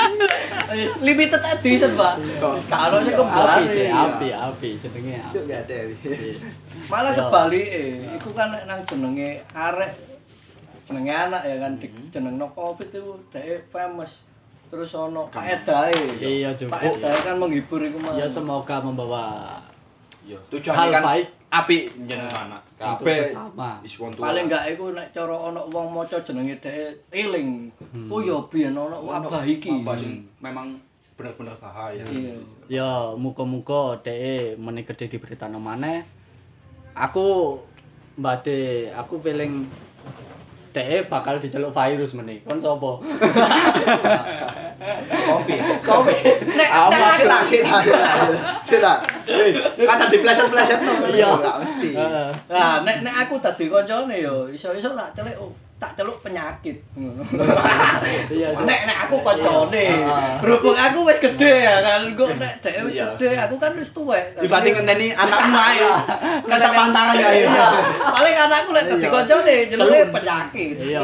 [SPEAKER 3] Wis limited edition, Pak. Wis gak ono sing kembali.
[SPEAKER 2] Api sih, api, api jenenge. apik.
[SPEAKER 4] Gak ada.
[SPEAKER 3] Malah sebalike, iku kan nek nang jenenge arek jenenge anak ya kan di-
[SPEAKER 2] Hmm.
[SPEAKER 3] jenengno Covid iku dhek famous. Terus ono kaedahe.
[SPEAKER 2] Iya, Cuk.
[SPEAKER 3] Kaedahe kan menghibur iku mah.
[SPEAKER 2] Ya semoga membawa
[SPEAKER 4] Tujuannya
[SPEAKER 2] hal
[SPEAKER 4] kan
[SPEAKER 2] baik
[SPEAKER 4] api jeneng anak.
[SPEAKER 2] untuk
[SPEAKER 4] Kabeh
[SPEAKER 2] sesama.
[SPEAKER 4] is want to.
[SPEAKER 3] paling enggak iku nek cara ana wong maca jenenge dhek eling.
[SPEAKER 2] Hmm.
[SPEAKER 3] Oh ya biyen ana wabah iki.
[SPEAKER 4] Wabah sing memang benar-benar bahaya.
[SPEAKER 3] Iya.
[SPEAKER 2] Ya muga-muga dhek meneh gede diberitano maneh. Aku mbade aku feeling dhek bakal diceluk virus meneh. Kon sapa?
[SPEAKER 4] Eh, Covid.
[SPEAKER 2] Covid.
[SPEAKER 3] Nek
[SPEAKER 2] Apa?
[SPEAKER 3] nek
[SPEAKER 4] Sita, sita, sita. Sita. Hei, Kadang dipleset-pleset no.
[SPEAKER 2] Iya.
[SPEAKER 4] Gak mesti.
[SPEAKER 2] Heeh.
[SPEAKER 3] Nah, nek nek aku dadi koncone yo iso-iso tak celuk oh, tak celuk penyakit.
[SPEAKER 2] Iya.
[SPEAKER 3] nek nek aku koncone.
[SPEAKER 2] Iya.
[SPEAKER 3] Berhubung aku wis gede ya kan. Kok nek dhek wis
[SPEAKER 4] Iya.
[SPEAKER 3] gede, aku kan wis tuwek.
[SPEAKER 4] Dibanding ngenteni anakmu ae.
[SPEAKER 2] Iya.
[SPEAKER 4] Kan sak pantaran ae.
[SPEAKER 3] Paling anakku lek dadi koncone celuke penyakit. Iya,
[SPEAKER 2] Iya.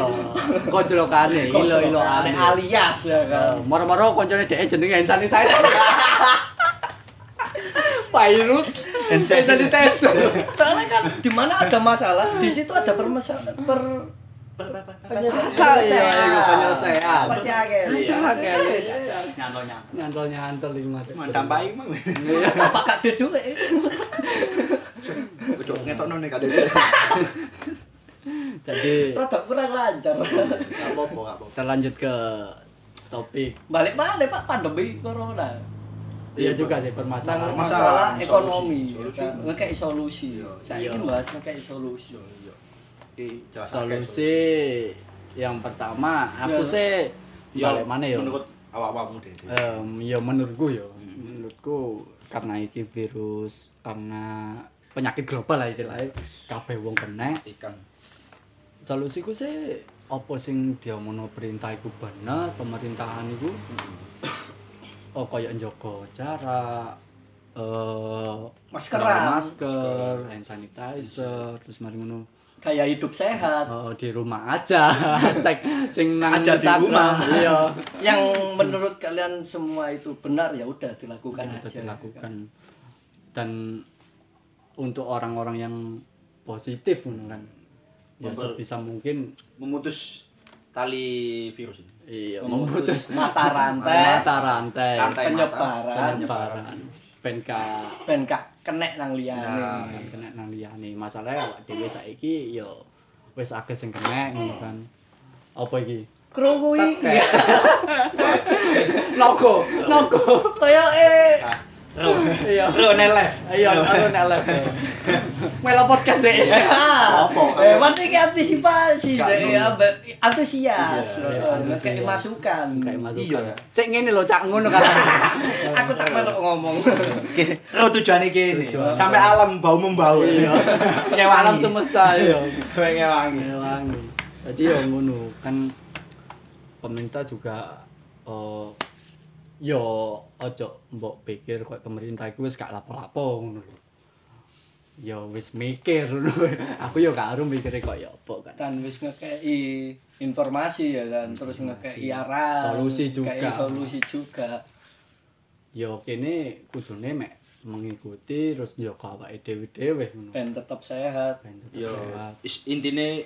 [SPEAKER 2] Kojlokane ilo-iloane
[SPEAKER 3] Nek alias ya kan.
[SPEAKER 2] Moro-moro koncone dhek jenenge hand sanitizer. virus hand sanitizer.
[SPEAKER 3] Soalnya kan di mana ada masalah, di situ ada permasalahan per
[SPEAKER 2] Asal iya iku penyelesaian.
[SPEAKER 3] Penyakit.
[SPEAKER 2] Iya. Penyelesaian.
[SPEAKER 4] Nyantonya.
[SPEAKER 2] Nyantol-nyantol iki mate.
[SPEAKER 4] Mantap ae mang.
[SPEAKER 2] Iya.
[SPEAKER 3] Apa gak deduk?
[SPEAKER 4] Kudu ngetokno nek kadhe.
[SPEAKER 2] Jadi
[SPEAKER 3] Rodok kurang lancar.
[SPEAKER 4] Gak apa-apa, gak apa-apa.
[SPEAKER 2] kita lanjut ke topik
[SPEAKER 3] Balik mana Pak pandemi corona?
[SPEAKER 2] iya juga sih
[SPEAKER 3] Masalah,
[SPEAKER 2] permasalahan
[SPEAKER 3] masalah
[SPEAKER 4] solusi.
[SPEAKER 3] ekonomi,
[SPEAKER 4] Solusi.
[SPEAKER 3] kan? ngekei solusi. Saya
[SPEAKER 2] Iya.
[SPEAKER 3] ingin bahas ngekei solusi.
[SPEAKER 2] solusi yang pertama aku
[SPEAKER 3] Iya.
[SPEAKER 2] sih
[SPEAKER 4] Ya,
[SPEAKER 2] balik mana ya
[SPEAKER 4] Menurut awak-awakmu dhewe.
[SPEAKER 2] Em, ya menurutku ya menurutku karena iki virus karena penyakit global lah istilahnya kabeh wong kena
[SPEAKER 4] Ikan.
[SPEAKER 2] solusiku sih apa sing diomongno perintah iku bener pemerintahan iku oh kaya njogo jarak eh
[SPEAKER 3] Maskeran.
[SPEAKER 2] pakai masker hand sanitizer terus mari ngono
[SPEAKER 3] Kayak hidup sehat
[SPEAKER 2] eh, di rumah aja hashtag sing nang
[SPEAKER 4] Aja di
[SPEAKER 2] Instagram.
[SPEAKER 4] rumah.
[SPEAKER 2] iya
[SPEAKER 3] yang menurut kalian semua itu benar ya udah dilakukan
[SPEAKER 2] itu
[SPEAKER 3] aja.
[SPEAKER 2] dilakukan dan untuk orang-orang yang positif ngono kan ya
[SPEAKER 4] Memper-
[SPEAKER 2] sebisa mungkin
[SPEAKER 4] Memutus tali virus ini.
[SPEAKER 2] iya memutus
[SPEAKER 3] mata rantai
[SPEAKER 2] mata rantai
[SPEAKER 4] Rantai
[SPEAKER 3] penyebaran
[SPEAKER 2] penyebaran ben ka
[SPEAKER 3] ben gak kena nang liyane.
[SPEAKER 4] Nah.
[SPEAKER 2] kan kena nang liyane masalahe awak dhewe saiki yo wis akeh sing kena ngono kan apa iki
[SPEAKER 3] Krungu iki.
[SPEAKER 2] logo logo eh.
[SPEAKER 3] Kayoke
[SPEAKER 2] iya lu Ah. nek live iya lu nek live melo podcast deh
[SPEAKER 3] Ah,
[SPEAKER 4] Apa?
[SPEAKER 3] Eh, penting antisipasi
[SPEAKER 4] Gak
[SPEAKER 3] deh, ya, be- antusias,
[SPEAKER 4] Iya,
[SPEAKER 2] iya,
[SPEAKER 3] Heeh, kayak
[SPEAKER 2] antusias.
[SPEAKER 3] masukan.
[SPEAKER 2] kayak
[SPEAKER 4] Iya,
[SPEAKER 2] masukan
[SPEAKER 4] ya.
[SPEAKER 2] sik ngene lho cak ngono kan
[SPEAKER 3] Aku tak melok ngomong.
[SPEAKER 4] Oke, ro tujuane kene.
[SPEAKER 2] Tujuan.
[SPEAKER 4] Sampai alam bau membau. Iya.
[SPEAKER 2] alam semesta yo
[SPEAKER 4] Ngewangi.
[SPEAKER 2] ngewangi jadi yo ngono kan pemerintah juga eh yo ojo mbok pikir kok pemerintah iku wis gak lapo-lapo ngono lho yo wis mikir ngono. aku yo gak arum mikire kok yo apa kan
[SPEAKER 3] Dan wis ngekei informasi ya kan, terus ngekei arahan.
[SPEAKER 2] Solusi juga.
[SPEAKER 3] ngekei solusi juga.
[SPEAKER 2] yo kene kudune mek mengikuti terus yo awake dhewe-dhewe ngono
[SPEAKER 3] Ben tetap sehat.
[SPEAKER 2] Ben tetep
[SPEAKER 4] Yo,
[SPEAKER 2] sehat.
[SPEAKER 4] is- Iya. intine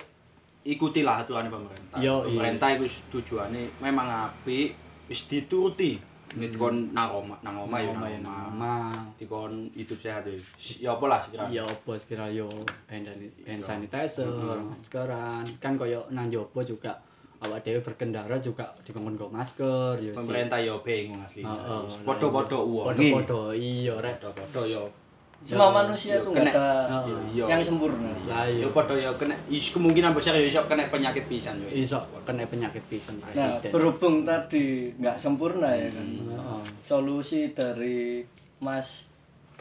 [SPEAKER 4] ikutilah aturan pemerintah.
[SPEAKER 2] Yo, iya.
[SPEAKER 4] pemerintah itu tujuannya memang apik wis dituruti. Ini dikon nang omah, nang omah ya
[SPEAKER 2] Oma ya Hmm.
[SPEAKER 4] nang
[SPEAKER 2] nang
[SPEAKER 4] omah.
[SPEAKER 2] omah.
[SPEAKER 4] Dikon hidup sehat ya. Ya apa lah sekiranya.
[SPEAKER 2] Ya apa sekira yo hand sani- hand sanitizer, maskeran. Kan koyo nang jopo juga awak dhewe berkendara juga dikongkon nggo masker yo.
[SPEAKER 4] Pemerintah ya bingung asli.
[SPEAKER 2] Heeh.
[SPEAKER 4] Podo-podo uang.
[SPEAKER 2] Podo-podo iya rek.
[SPEAKER 4] Podo-podo ya.
[SPEAKER 3] Semua manusia
[SPEAKER 4] Yo,
[SPEAKER 3] itu nggak
[SPEAKER 4] kena.
[SPEAKER 3] ada
[SPEAKER 2] Yo,
[SPEAKER 4] yo.
[SPEAKER 3] yang sempurna.
[SPEAKER 2] Lah iya.
[SPEAKER 4] Ya
[SPEAKER 2] yo
[SPEAKER 4] podo ya kena is kemungkinan besar ya iso kena penyakit pisan yo.
[SPEAKER 2] iso kena penyakit pisan
[SPEAKER 3] Nah,
[SPEAKER 2] presiden.
[SPEAKER 3] berhubung tadi nggak sempurna ya kan.
[SPEAKER 2] Heeh.
[SPEAKER 3] Solusi dari Mas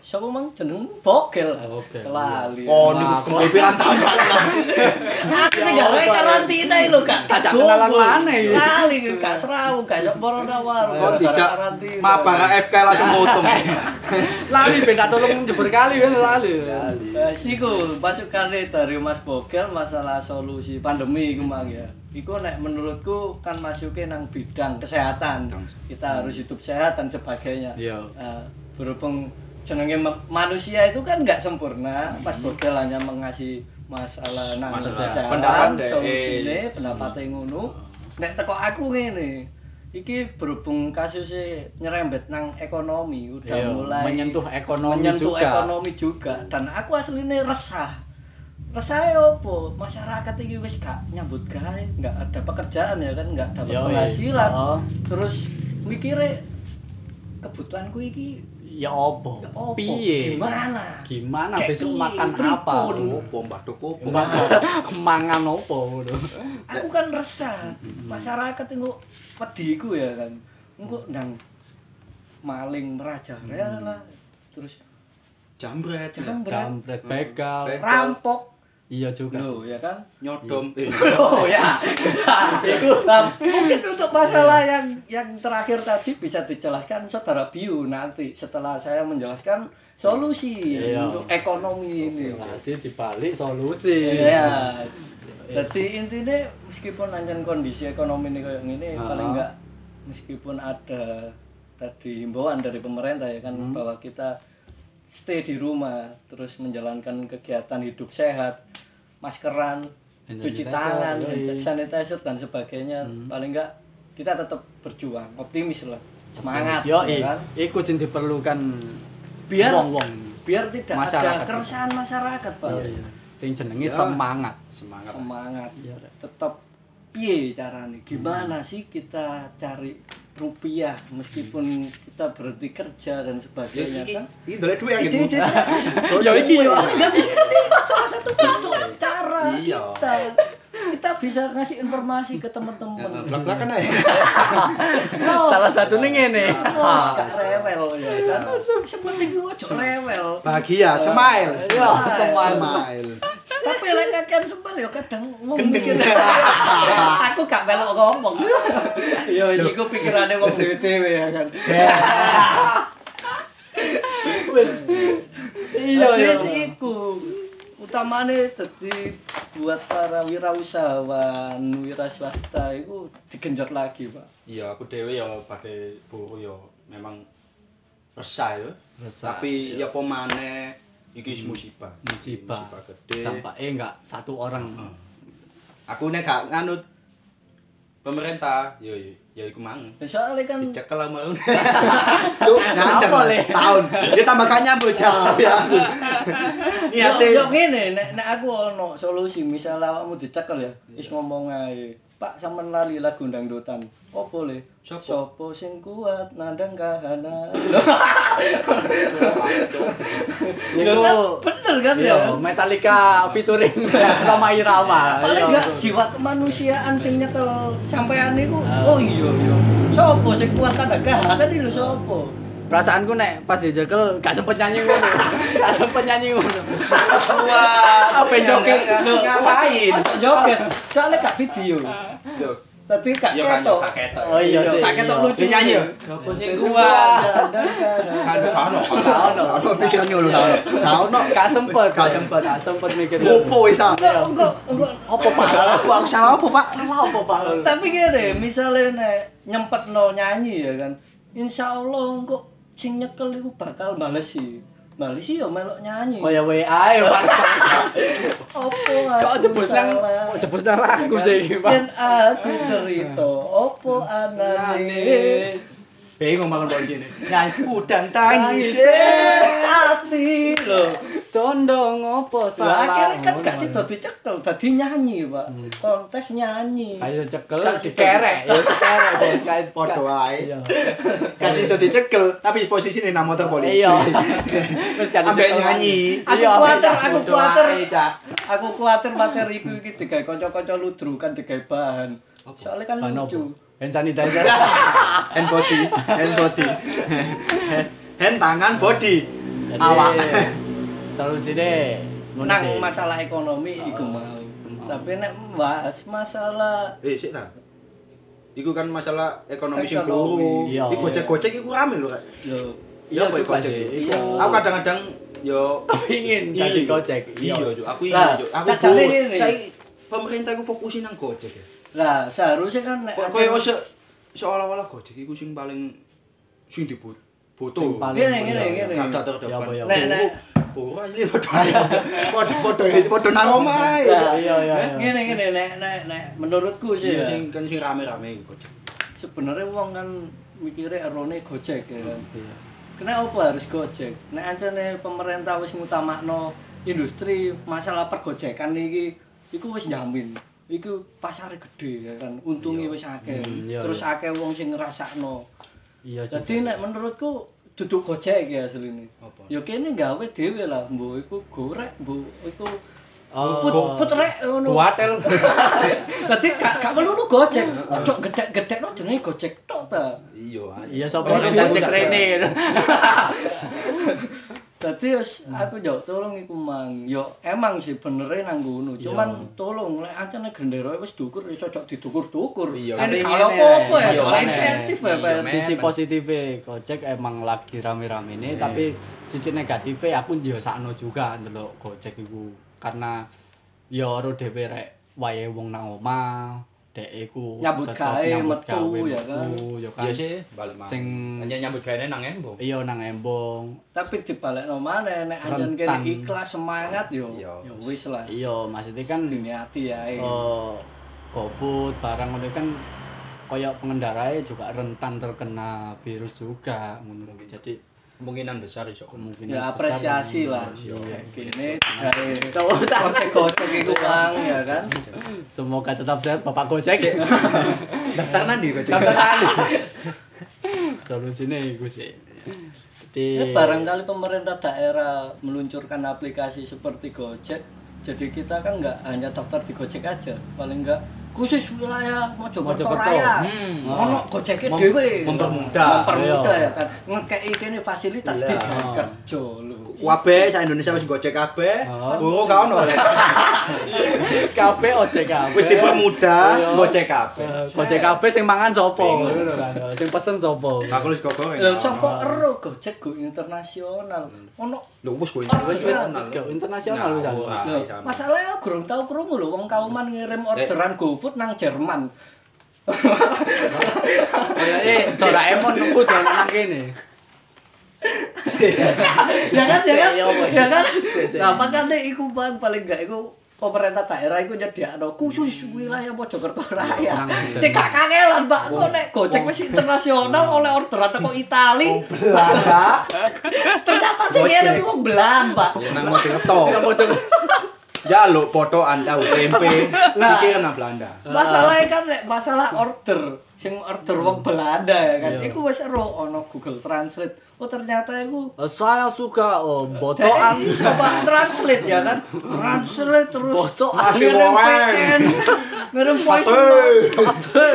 [SPEAKER 3] siapa mang jeneng Bokel.
[SPEAKER 2] Bokel.
[SPEAKER 3] Lali.
[SPEAKER 4] Oh,
[SPEAKER 2] Wah,
[SPEAKER 4] niku
[SPEAKER 2] kok-
[SPEAKER 4] kemudian tahun
[SPEAKER 3] aku sih gak kayak karantina lho kak.
[SPEAKER 2] Kacak kenalan
[SPEAKER 3] Bokel.
[SPEAKER 2] mana ya?
[SPEAKER 3] Lali kak serau, kak sok corona waru.
[SPEAKER 4] Kon
[SPEAKER 3] gara-gara
[SPEAKER 4] dijak
[SPEAKER 3] karantina.
[SPEAKER 4] mabar FK langsung motong.
[SPEAKER 2] Lali ben tak tolong jebur kali wes lali.
[SPEAKER 3] Nah, Eh, siku masukannya dari Mas Bokel masalah solusi pandemi iku mang ya. Iku nek menurutku kan masuknya nang bidang kesehatan. Kita harus hidup sehat dan sebagainya.
[SPEAKER 2] Iya.
[SPEAKER 3] Eh, berhubung jenenge ma- manusia itu kan nggak sempurna.
[SPEAKER 2] Hmm.
[SPEAKER 3] Mas Bokel hanya mengasih masalah nang
[SPEAKER 4] Masalah
[SPEAKER 3] kesehatan,
[SPEAKER 4] pendapat deh.
[SPEAKER 3] solusine,
[SPEAKER 2] Hmm.
[SPEAKER 3] pendapatnya ngono. Nek teko aku ngene. Iki berhubung kasusnya nyerembet nang ekonomi udah
[SPEAKER 2] Iya,
[SPEAKER 3] mulai
[SPEAKER 2] menyentuh ekonomi
[SPEAKER 3] menyentuh
[SPEAKER 2] juga.
[SPEAKER 3] ekonomi juga dan aku aslinya resah resah opo masyarakat iki wis gak nyambut gawe nggak ada pekerjaan ya kan nggak dapat
[SPEAKER 2] Yoi.
[SPEAKER 3] penghasilan
[SPEAKER 2] iya. Oh.
[SPEAKER 3] terus mikirnya kebutuhanku iki
[SPEAKER 2] Ya opo?
[SPEAKER 3] ya opo
[SPEAKER 2] Piye?
[SPEAKER 3] gimana
[SPEAKER 2] Gimana
[SPEAKER 3] Kayak piye?
[SPEAKER 2] besok makan apa?
[SPEAKER 3] Pripun?
[SPEAKER 4] Opo mbah dok opo.
[SPEAKER 2] Mangan opo ngono.
[SPEAKER 3] aku kan resah masyarakat engko pediku ya kan engko nang maling merajalela terus
[SPEAKER 4] Jambret.
[SPEAKER 3] jambret
[SPEAKER 2] Hmm. Jambret begal.
[SPEAKER 4] Begal.
[SPEAKER 3] rampok
[SPEAKER 2] Iya juga.
[SPEAKER 3] Loh, ya kan
[SPEAKER 2] Iya.
[SPEAKER 4] Nyodom. Eh,
[SPEAKER 3] Oh ya. Nah, mungkin untuk masalah yang yang terakhir tadi bisa dijelaskan saudara Biu nanti setelah saya menjelaskan solusi
[SPEAKER 2] Iya.
[SPEAKER 3] untuk ekonomi ini.
[SPEAKER 2] Masih dibalik solusi.
[SPEAKER 3] Ya. Jadi intinya meskipun ancan kondisi ekonomi ini kayak gini
[SPEAKER 2] Ah.
[SPEAKER 3] paling enggak meskipun ada tadi himbauan dari pemerintah ya kan
[SPEAKER 2] Hmm.
[SPEAKER 3] bahwa kita stay di rumah terus menjalankan kegiatan hidup sehat maskeran
[SPEAKER 2] Hand
[SPEAKER 3] cuci
[SPEAKER 2] sanitizer,
[SPEAKER 3] tangan
[SPEAKER 2] yoi. Hmm.
[SPEAKER 3] hand sanitizer dan sebagainya paling enggak kita tetap berjuang optimis lah semangat
[SPEAKER 2] Yo, eh,
[SPEAKER 3] ya kan?
[SPEAKER 2] iku sing diperlukan
[SPEAKER 3] biar
[SPEAKER 2] wong-wong.
[SPEAKER 3] biar tidak
[SPEAKER 2] Masyarakat.
[SPEAKER 3] ada keresahan masyarakat pak
[SPEAKER 2] Sing jenenge semangat.
[SPEAKER 4] Semangat.
[SPEAKER 3] semangat Hmm.
[SPEAKER 2] Iya, Rek.
[SPEAKER 3] tetap piye carane gimana sih kita cari rupiah meskipun kita berhenti kerja dan sebagainya
[SPEAKER 4] Iki
[SPEAKER 3] kan
[SPEAKER 4] iki dolek duwe ya gitu.
[SPEAKER 3] ya iki salah satu bentuk cara
[SPEAKER 4] Iya.
[SPEAKER 3] kita kita bisa ngasih informasi ke teman-teman
[SPEAKER 4] Belak-belakan ae.
[SPEAKER 2] Salah satunya ngene.
[SPEAKER 3] Los, gak rewel ya kan sepenting gue rewel
[SPEAKER 6] Bahagia, smile.
[SPEAKER 3] Iya, smile.
[SPEAKER 6] Smile.
[SPEAKER 3] tapi lek kakean sempel ya kadang ngomong mikir aku gak melok ngomong ya iku pikirane wong dhewe ya kan iya iya iku utamane dadi buat para wirausahawan wira swasta itu digenjot lagi pak
[SPEAKER 4] Iya, aku dhewe ya pakai buku ya memang resah ya.
[SPEAKER 2] Resah,
[SPEAKER 4] Tapi ya apa maneh iki musibah.
[SPEAKER 2] Musibah.
[SPEAKER 4] gede.
[SPEAKER 2] Tampake enggak satu orang.
[SPEAKER 4] Aku nek gak nganut pemerintah, ya ya iku mang.
[SPEAKER 3] soalnya kan
[SPEAKER 4] Dicekel sama lu.
[SPEAKER 6] Cuk, nyandeng
[SPEAKER 2] Apa, Le?
[SPEAKER 6] tahun. Ya tambah gak nyambut jauh ya.
[SPEAKER 3] Yo,
[SPEAKER 6] Niate
[SPEAKER 3] yo ngene nek nek aku ono solusi misal awakmu dicekel ya, wis ngomong ae. Pak sampean lali lagu ndang dotan. Opo le?
[SPEAKER 4] Sopo?
[SPEAKER 3] Sopo sing kuat nandang kahanan.
[SPEAKER 2] Iku
[SPEAKER 3] Bener kan ya?
[SPEAKER 2] Yo, Metallica featuring sama Irama.
[SPEAKER 3] Paling
[SPEAKER 2] Iya.
[SPEAKER 3] enggak jiwa kemanusiaan sing nyekel sampean niku. Oh iya iya. Sopo sing kuat nandang kahanan iki lho sopo?
[SPEAKER 2] Perasaanku nek pas dijekel gak sempet nyanyi ngono. Gak sempet nyanyi ngono.
[SPEAKER 4] Wah,
[SPEAKER 2] Apa joget?
[SPEAKER 4] kan? ngapain?
[SPEAKER 3] Ojo Kan joget. Soale gak video.
[SPEAKER 4] Yo,
[SPEAKER 3] Tadi gak
[SPEAKER 4] yo kan
[SPEAKER 3] ketok.
[SPEAKER 4] yo gak ketok.
[SPEAKER 2] Oh iya sih.
[SPEAKER 3] Gak ketok lucu.
[SPEAKER 4] Dinyanyi yo.
[SPEAKER 3] Sopo sing kuat nandang kahanan.
[SPEAKER 4] Kan kan
[SPEAKER 2] Gak ono.
[SPEAKER 6] Ono pikirannya lu tahun. Tahun no.
[SPEAKER 2] Gak sempet.
[SPEAKER 6] Gak sempet.
[SPEAKER 2] Gak sempet mikir.
[SPEAKER 6] Opo wis ah.
[SPEAKER 3] Enggak, enggak, enggak.
[SPEAKER 2] Apa Pak?
[SPEAKER 6] Aku aku salah opo, Pak?
[SPEAKER 2] Salah apa Pak?
[SPEAKER 3] tapi gini misalnya nek nyempet no nyanyi ya kan insya Allah engko sing nyekel iku bakal bales sih Bali sih ya melok nyanyi.
[SPEAKER 2] Oh ya WA ya Pak.
[SPEAKER 3] Opo
[SPEAKER 2] Kok
[SPEAKER 3] aku
[SPEAKER 2] jebus nang
[SPEAKER 3] salah?
[SPEAKER 2] kok jebus nang aku sih Pak.
[SPEAKER 3] Yen aku cerita opo anane
[SPEAKER 2] Bingung makan pohon ini.
[SPEAKER 4] Nyanyiku dan tangis.
[SPEAKER 3] hati lho.
[SPEAKER 2] Condong
[SPEAKER 3] Lah
[SPEAKER 2] opo salah. Hmm.
[SPEAKER 3] akhirnya kan gak sih dadi cekel, dadi nyanyi, Pak. Kontes nyanyi.
[SPEAKER 2] Ayo cekel
[SPEAKER 3] Gak sih,
[SPEAKER 2] dikerek, ya dikerek bos kait
[SPEAKER 4] Podo ae.
[SPEAKER 2] Iya.
[SPEAKER 4] Kasih itu dicekel, tapi posisi ini nang motor polisi.
[SPEAKER 2] Iya. Wis kan
[SPEAKER 4] Ambek nyanyi.
[SPEAKER 3] Aku kuatir, aku
[SPEAKER 4] Podo
[SPEAKER 3] kuatir.
[SPEAKER 4] ae, Cak.
[SPEAKER 3] Aku kuatir materiku iki digawe kanca-kanca ludru kan digawe bahan. Soalnya kan
[SPEAKER 2] Ban opo?
[SPEAKER 3] lucu.
[SPEAKER 2] Hand sanitizer.
[SPEAKER 4] Hand body, hand body. Hand tangan body.
[SPEAKER 2] Jadi,
[SPEAKER 4] Awak.
[SPEAKER 2] Solusi deh. Ngono
[SPEAKER 3] Nang
[SPEAKER 2] sih. Oh,
[SPEAKER 3] masalah ekonomi iku mau. Tapi nek bahas masalah
[SPEAKER 4] Eh, sik ta. Iku kan masalah ekonomi sing
[SPEAKER 3] Ekonomi.
[SPEAKER 4] guru.
[SPEAKER 2] Iya.
[SPEAKER 4] Iku gojek-gojek iku rame lho, Kak.
[SPEAKER 3] lho
[SPEAKER 2] Iya
[SPEAKER 4] Apa
[SPEAKER 2] juga
[SPEAKER 4] gojek?
[SPEAKER 2] sih.
[SPEAKER 3] Iya.
[SPEAKER 2] Iku
[SPEAKER 4] Aku kadang-kadang yo
[SPEAKER 2] pengin dadi
[SPEAKER 4] Iya.
[SPEAKER 2] gojek.
[SPEAKER 4] Iya, Cuk. Aku iya,
[SPEAKER 3] Lah,
[SPEAKER 4] Cuk. Aku
[SPEAKER 3] sajane
[SPEAKER 4] guru.
[SPEAKER 3] ngene.
[SPEAKER 4] Saiki pemerintah iku fokusin nang gojek ya.
[SPEAKER 3] Lah, seharusnya kan nek
[SPEAKER 4] Kok koyo se seolah-olah gojek iku sing paling sing dibut
[SPEAKER 2] Sing
[SPEAKER 4] butuh.
[SPEAKER 2] paling-
[SPEAKER 3] ngene ngene ngene.
[SPEAKER 4] Kada
[SPEAKER 2] Ya, apa, ya.
[SPEAKER 4] terdepan.
[SPEAKER 3] Nek nek
[SPEAKER 4] Boro asli podo ae. Podo podo podo nang omah ae.
[SPEAKER 2] Iya iya iya.
[SPEAKER 3] eh, ngene ngene nek nek nek menurutku sih
[SPEAKER 4] Iya,
[SPEAKER 3] ya,
[SPEAKER 4] sing kan sing rame-rame iku gojek.
[SPEAKER 3] sebenarnya wong kan mikire erone Gojek ya kan. Kena apa harus Gojek? Nek ancane pemerintah wis ngutamakno industri masalah pergojekan iki iku wis jamin. Iku pasar gede ya kan. Untungnya wis akeh.
[SPEAKER 2] Hmm, iya,
[SPEAKER 3] Terus akeh wong sing ngrasakno.
[SPEAKER 2] Iya juga.
[SPEAKER 3] Jadi nek menurutku duduk Gojek ya asline. Ya kene gawe dhewe lah, mbok iku gorek, mbok iku
[SPEAKER 2] Oh.
[SPEAKER 3] Put, put rek ngono.
[SPEAKER 4] Kuatel.
[SPEAKER 3] Dadi gak gak melulu Gojek. Ojo gedek-gedek no jenenge Gojek tok ta.
[SPEAKER 4] Iya, ae.
[SPEAKER 2] Iya sapa
[SPEAKER 3] Orang
[SPEAKER 2] yang
[SPEAKER 3] dulu
[SPEAKER 2] cek
[SPEAKER 3] tak
[SPEAKER 2] rene.
[SPEAKER 3] Dadi wis
[SPEAKER 2] Hmm.
[SPEAKER 3] aku yo tolong iku mang. Yo emang sih benere nang ngono. Cuman tolong lek acene gendera wis dukur wis ojo didukur-dukur.
[SPEAKER 4] Iya.
[SPEAKER 3] Kan
[SPEAKER 2] Tapi
[SPEAKER 3] kalau
[SPEAKER 2] ngene,
[SPEAKER 3] apa-apa ya
[SPEAKER 2] iya,
[SPEAKER 3] kalau
[SPEAKER 2] ngene.
[SPEAKER 3] insentif ya Pak.
[SPEAKER 2] Sisi positifnya Gojek emang lagi rame-rame ini
[SPEAKER 3] Iya.
[SPEAKER 2] tapi sisi negatifnya aku yo sakno juga ndelok Gojek iku karena yo ora dhewe rek wayahe wong nang omah dek iku
[SPEAKER 3] Nyambut
[SPEAKER 2] tetep
[SPEAKER 3] gawe,
[SPEAKER 2] nyambut
[SPEAKER 3] metu,
[SPEAKER 2] gawe,
[SPEAKER 3] ya kan?
[SPEAKER 2] metu, ya kan
[SPEAKER 4] Iya sih, balik mah.
[SPEAKER 2] Sing-
[SPEAKER 4] Hanya nyambut gaene nang eh, embo.
[SPEAKER 2] iya nang embong
[SPEAKER 3] Tapi dibalekno maneh nek anjen kene
[SPEAKER 2] Rentan.
[SPEAKER 3] ikhlas semangat yo.
[SPEAKER 4] Iya.
[SPEAKER 3] Yo wis lah.
[SPEAKER 2] iya maksudnya kan
[SPEAKER 3] Dunia hati ya. eh.
[SPEAKER 2] eh GoFood barang ngono kan koyo pengendarae juga rentan terkena virus juga ngono lho. Jadi
[SPEAKER 4] Kemungkinan besar iso.
[SPEAKER 2] kemungkinan
[SPEAKER 3] Ya apresiasi
[SPEAKER 2] besar- iya.
[SPEAKER 3] lah. Kayak Gini gawe
[SPEAKER 2] Tahu tak?
[SPEAKER 3] Gojek-gojek iku mang ya kan.
[SPEAKER 2] Semoga tetap sehat Bapak Gojek.
[SPEAKER 4] Daftar nang ndi Gojek?
[SPEAKER 2] Solusinya iku sih.
[SPEAKER 3] Ya,
[SPEAKER 2] Jadi
[SPEAKER 3] barangkali pemerintah daerah meluncurkan aplikasi seperti Gojek, jadi kita kan nggak hanya daftar di Gojek aja, paling nggak khusus wilayah Mojokerto
[SPEAKER 2] Mojokerto.
[SPEAKER 3] Raya.
[SPEAKER 2] Hmm.
[SPEAKER 3] Ono Gojeknya dhewe.
[SPEAKER 4] mempermudah.
[SPEAKER 3] Mempermudah
[SPEAKER 2] Iya.
[SPEAKER 3] ya kan. Ngekeki kene fasilitas di kerja lho.
[SPEAKER 4] Wabe sa Indonesia wis gojek kabeh. Guru ka ono.
[SPEAKER 2] KB ojek KB.
[SPEAKER 4] Wis dipermudah gojek kabeh.
[SPEAKER 2] Gojek KB sing mangan sopo ngono kan. Sing pesen sopo.
[SPEAKER 4] Aku wis gogoreng.
[SPEAKER 3] Lho sapa ero Gojek go internasional. Ono
[SPEAKER 4] Lho wis kowe.
[SPEAKER 2] Wis wis wis go internasional wis.
[SPEAKER 4] Nah,
[SPEAKER 3] Lho,
[SPEAKER 4] sama. Eh.
[SPEAKER 3] masalahnya aku kurang tahu krungu lho wong kauman ngirim orderan GoFood nang Jerman.
[SPEAKER 2] Eh Doraemon nunggu dolan nang kene.
[SPEAKER 3] ya kan ya kan
[SPEAKER 2] Sik, iya, boy.
[SPEAKER 3] ya kan
[SPEAKER 2] Sik, sik.
[SPEAKER 3] nah makanya iku bang paling gak iku pemerintah daerah iku nyediakno khusus wilayah Mojokerto Raya
[SPEAKER 2] Nang Mojokerto.
[SPEAKER 3] cek gak kangelan mbak kok nek gojek wis internasional oleh orderan teko Itali
[SPEAKER 4] Belanda
[SPEAKER 3] ternyata sing
[SPEAKER 4] Gojek.
[SPEAKER 3] ngirim wong Belan pak
[SPEAKER 4] nang Mojokerto. Jaluk potokan tahu tempe dikira nang Belanda.
[SPEAKER 3] masalahnya kan nek masalah order sing order wong Belanda ya kan
[SPEAKER 4] Iya.
[SPEAKER 3] iku wis ero ono Google Translate oh ternyata iku
[SPEAKER 2] Eh, Saya suka oh, botoan.
[SPEAKER 3] Toan coba translate ya kan. Translate terus
[SPEAKER 2] Bocok,
[SPEAKER 4] asli
[SPEAKER 3] ngirim
[SPEAKER 4] wareng.
[SPEAKER 3] PN, ngirim voice
[SPEAKER 4] Sate.
[SPEAKER 3] note. Sate.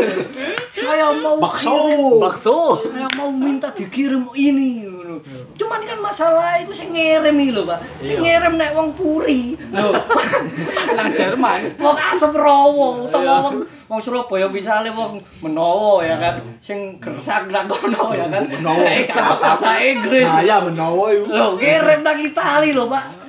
[SPEAKER 3] Saya mau kirim-
[SPEAKER 4] Bakso.
[SPEAKER 2] Bakso.
[SPEAKER 3] Saya mau minta dikirim ini ngono. Cuman kan masalah iku sing ngirim iki lho, Pak. Sing ngirim nek wong puri. Lho.
[SPEAKER 2] Nang Jerman.
[SPEAKER 3] Wong asem rowo utawa wong wong Surabaya misale wong Menowo ya kan. Sing gersak nang kono ya kan.
[SPEAKER 4] Menowo.
[SPEAKER 3] Eh, bahasa Inggris.
[SPEAKER 4] Saya menawa iku.
[SPEAKER 3] Lho, ngirim nang Itali lho, Pak.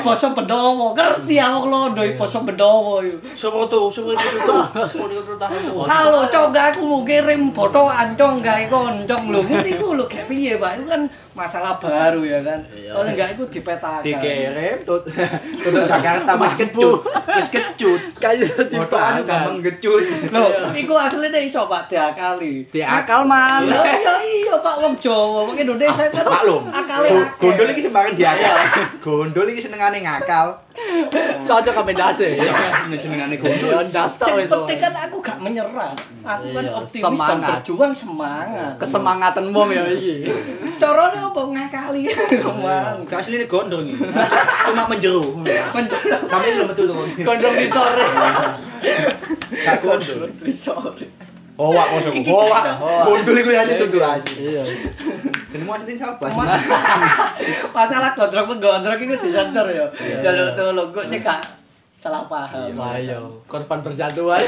[SPEAKER 3] Gawe basa Bedowo, ngerti aku londo iki basa Bedowo yo.
[SPEAKER 4] Sopo to? Sopo itu? Sopo itu tahu.
[SPEAKER 3] Halo, congga aku mau kirim foto ancong gawe koncong lho. Ngene iku lho, gak piye, Pak. Iku kan masalah baru ya kan. Kalau enggak itu dipetakan.
[SPEAKER 4] dikirim tut tutup Jakarta mas kecut mas kecut
[SPEAKER 2] kayu
[SPEAKER 4] foto anu gampang kecut
[SPEAKER 3] Loh, iku asline iso Pak diakali.
[SPEAKER 7] Diakal man.
[SPEAKER 3] Loh, iya iya Pak wong Jawa, wong Indonesia kan
[SPEAKER 4] maklum
[SPEAKER 3] akale
[SPEAKER 4] Go-
[SPEAKER 3] akeh.
[SPEAKER 4] gondol iki sembarang diakal gondol iki senengane ngakal
[SPEAKER 2] cocok kami dasi
[SPEAKER 4] jenengane gondol
[SPEAKER 2] das tau
[SPEAKER 3] Sing
[SPEAKER 2] itu
[SPEAKER 3] penting kan aku gak menyerah. Aku kan
[SPEAKER 2] Iya,
[SPEAKER 3] optimis dan
[SPEAKER 2] semangat.
[SPEAKER 3] berjuang semangat.
[SPEAKER 2] kesemangatan wong ya iki
[SPEAKER 3] Carane opo ngakali? Kemang.
[SPEAKER 4] gak asline gondol iki cuma menjeru
[SPEAKER 3] Menjerat
[SPEAKER 4] kami belum betul tuh
[SPEAKER 2] gondong di sore
[SPEAKER 4] gak gondol
[SPEAKER 3] sorry.
[SPEAKER 4] Hoa kok sopo? Hoa.
[SPEAKER 8] Gondol iku ya itu tuh aja.
[SPEAKER 4] Jenengmu asline sapa?
[SPEAKER 3] Masalah gondrong menggondrong itu disensor ya. Jaluk tolong gue cek gak salah paham.
[SPEAKER 2] ayo korban berjatuhan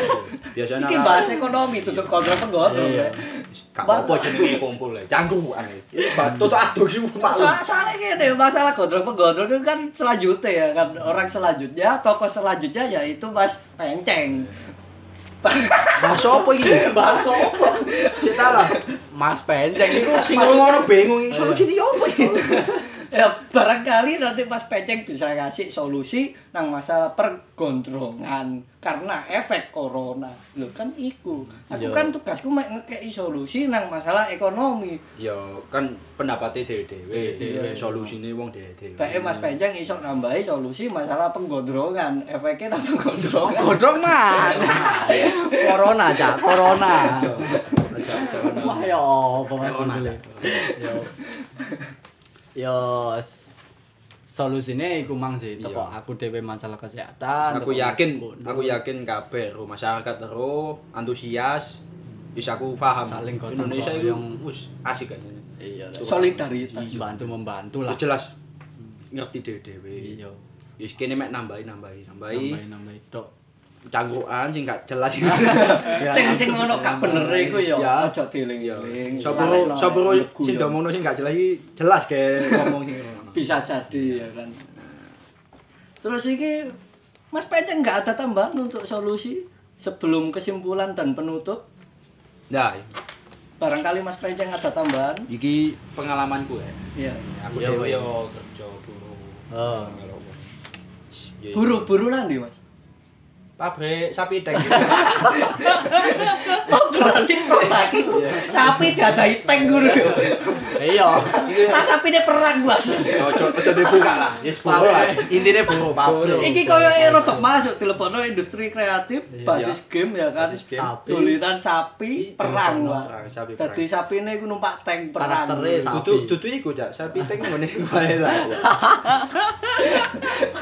[SPEAKER 4] Biasane
[SPEAKER 3] Iki bahas ekonomi tutup gondrong menggondrong. ya.
[SPEAKER 4] gak apa-apa jenenge kumpul ae. Cangkruan ae.
[SPEAKER 8] Toto aduk sih maklum.
[SPEAKER 3] Soal soalnya gini masalah gondrong menggodrong itu kan selanjutnya ya kan orang selanjutnya tokoh selanjutnya yaitu Mas Penceng.
[SPEAKER 4] Bahasa apa iki?
[SPEAKER 3] Bahasa apa?
[SPEAKER 4] Cerita lah.
[SPEAKER 2] mas penceng itu
[SPEAKER 4] Sing ngono bingung iki solusi
[SPEAKER 3] Jadi apa ya? Ya barangkali nanti Mas Penceng bisa ngasih solusi nang masalah pergondrongan karena efek corona. Loh kan iku. Aku
[SPEAKER 2] Yo.
[SPEAKER 3] kan tugasku mek ngekei solusi nang masalah ekonomi.
[SPEAKER 4] Ya kan pendapatnya dhewe-dhewe,
[SPEAKER 2] Dhewe-dhewe.
[SPEAKER 4] solusine wong dhewe-dhewe.
[SPEAKER 3] Kayak eh, Mas Penceng iso nambahi solusi masalah penggondrongan. Efeknya nang penggondrongan.
[SPEAKER 7] Godrong man. corona aja, corona.
[SPEAKER 2] wah ya apa mas gondole yo yo s- solusinya iku mang sih teko
[SPEAKER 4] Iya.
[SPEAKER 2] aku dhewe masalah kesehatan teko
[SPEAKER 4] aku yakin,
[SPEAKER 2] mas Bono.
[SPEAKER 4] aku yakin kabeh ro masyarakat ro antusias wis aku paham.
[SPEAKER 2] Saling gotong
[SPEAKER 4] Indonesia itu
[SPEAKER 2] royong.
[SPEAKER 4] wis asik kan.
[SPEAKER 2] iya lah.
[SPEAKER 3] Solidaritas.
[SPEAKER 2] bantu membantu lah
[SPEAKER 4] Wis jelas ngerti dhewe-dhewe.
[SPEAKER 2] iya
[SPEAKER 4] Wis kene mek nambahi nambahi nambahi
[SPEAKER 2] nambahin nambahin dok
[SPEAKER 4] cangkruan sing gak jelas.
[SPEAKER 3] sing sing ngono gak bener iku ya
[SPEAKER 4] Ya.
[SPEAKER 3] aja dieling-eling.
[SPEAKER 4] Sopro
[SPEAKER 3] Selama-
[SPEAKER 4] sopro
[SPEAKER 3] lelebku
[SPEAKER 4] sing
[SPEAKER 3] ya.
[SPEAKER 4] domono sing gak jelas iki jelas kayak ngomong sing ngono.
[SPEAKER 3] bisa jadi ya kan. Terus iki Mas Peceng nggak ada tambahan untuk solusi sebelum kesimpulan dan penutup.
[SPEAKER 4] Nah,
[SPEAKER 3] Barangkali Mas Peceng ada tambahan.
[SPEAKER 4] iki pengalamanku ya.
[SPEAKER 3] Iya.
[SPEAKER 4] Aku
[SPEAKER 2] Iya,
[SPEAKER 4] dhewe
[SPEAKER 2] iya.
[SPEAKER 4] yo kerja guru.
[SPEAKER 2] Oh.
[SPEAKER 3] Buru-buru nanti Mas.
[SPEAKER 4] pabrik sapi tank.
[SPEAKER 3] Oh berarti perang iku sapi diadai tank guru.
[SPEAKER 2] iya
[SPEAKER 3] Tas sapine perang Mas.
[SPEAKER 4] Ojo ojo dibuka lah. Yes, buruh. Intine buruh pabrik.
[SPEAKER 3] Iki koyo rotok masuk dilebokno industri kreatif basis game ya kan.
[SPEAKER 4] Basis game.
[SPEAKER 2] Sapi.
[SPEAKER 3] Tulisan sapi perang,
[SPEAKER 4] perang,
[SPEAKER 3] Pak.
[SPEAKER 4] sapi
[SPEAKER 3] Dadi sapine iku numpak tank perang.
[SPEAKER 2] karakternya sapi
[SPEAKER 4] Dudu dudu iku jak sapi tank ngene wae lah.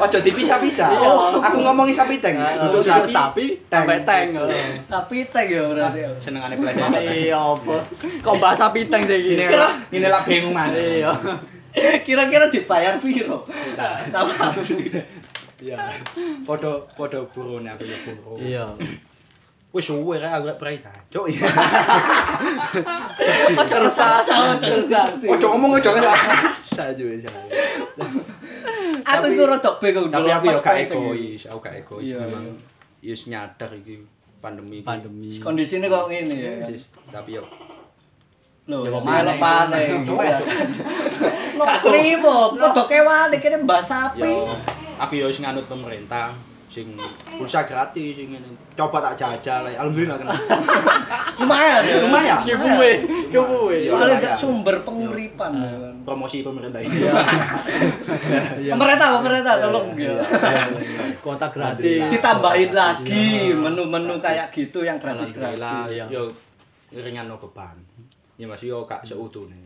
[SPEAKER 4] Ojo dipisah-pisah. Oh, Aku ngomongi sapi tank. Dudu
[SPEAKER 2] untuk sapi, Eh, sapi
[SPEAKER 4] tank.
[SPEAKER 2] sampai tank
[SPEAKER 3] Sapi tank ya berarti. ya.
[SPEAKER 4] Senengane pleset.
[SPEAKER 2] iya apa kok bahas sapi tank sih gini
[SPEAKER 4] Ngene lah bingung mas.
[SPEAKER 2] iya
[SPEAKER 3] Kira-kira dibayar piro? Tambah
[SPEAKER 4] Iya. Podo podo burune aku yo buruh.
[SPEAKER 2] iya
[SPEAKER 4] Wis suwe rek aku rek prai dacuk.
[SPEAKER 3] tersasa tersati.
[SPEAKER 8] Ojo ngomong ojo ngelak.
[SPEAKER 4] Sajo wis.
[SPEAKER 3] Aku iku rada bingung
[SPEAKER 4] Tapi
[SPEAKER 3] dulu
[SPEAKER 4] aku yo
[SPEAKER 3] pas
[SPEAKER 4] gak
[SPEAKER 3] pengen.
[SPEAKER 4] egois, aku gak egois
[SPEAKER 3] Iya,
[SPEAKER 4] memang. Yes nyadar iki pandemi. iki.
[SPEAKER 2] pandemi
[SPEAKER 3] Kondisinya kok ngene ya. kan?
[SPEAKER 4] Yes, Tapi yo
[SPEAKER 3] Loh, ya
[SPEAKER 2] Ya, kok
[SPEAKER 3] malah panen.
[SPEAKER 2] maneh.
[SPEAKER 3] Gak trimo, podo kewan iki mbah sapi.
[SPEAKER 4] yo aku yo wis nganut pemerintah sing pulsa gratis sing ngene. Coba tak jajal lah. Alhamdulillah kena.
[SPEAKER 3] Lumayan. ya.
[SPEAKER 4] Lumayan.
[SPEAKER 2] kebuwe kebuwe
[SPEAKER 4] Iya.
[SPEAKER 3] Soalnya
[SPEAKER 4] lumayan.
[SPEAKER 3] gak sumber penguripan. ya kan.
[SPEAKER 4] Promosi pemerintah ini.
[SPEAKER 3] Pemerintah, pemerintah tolong ya.
[SPEAKER 2] kota gratis
[SPEAKER 3] Ditambahin lagi menu-menu kayak gitu yang gratis-gratis.
[SPEAKER 4] Alhamdulillah yo ringan no beban. Ya Mas yo gak seutune.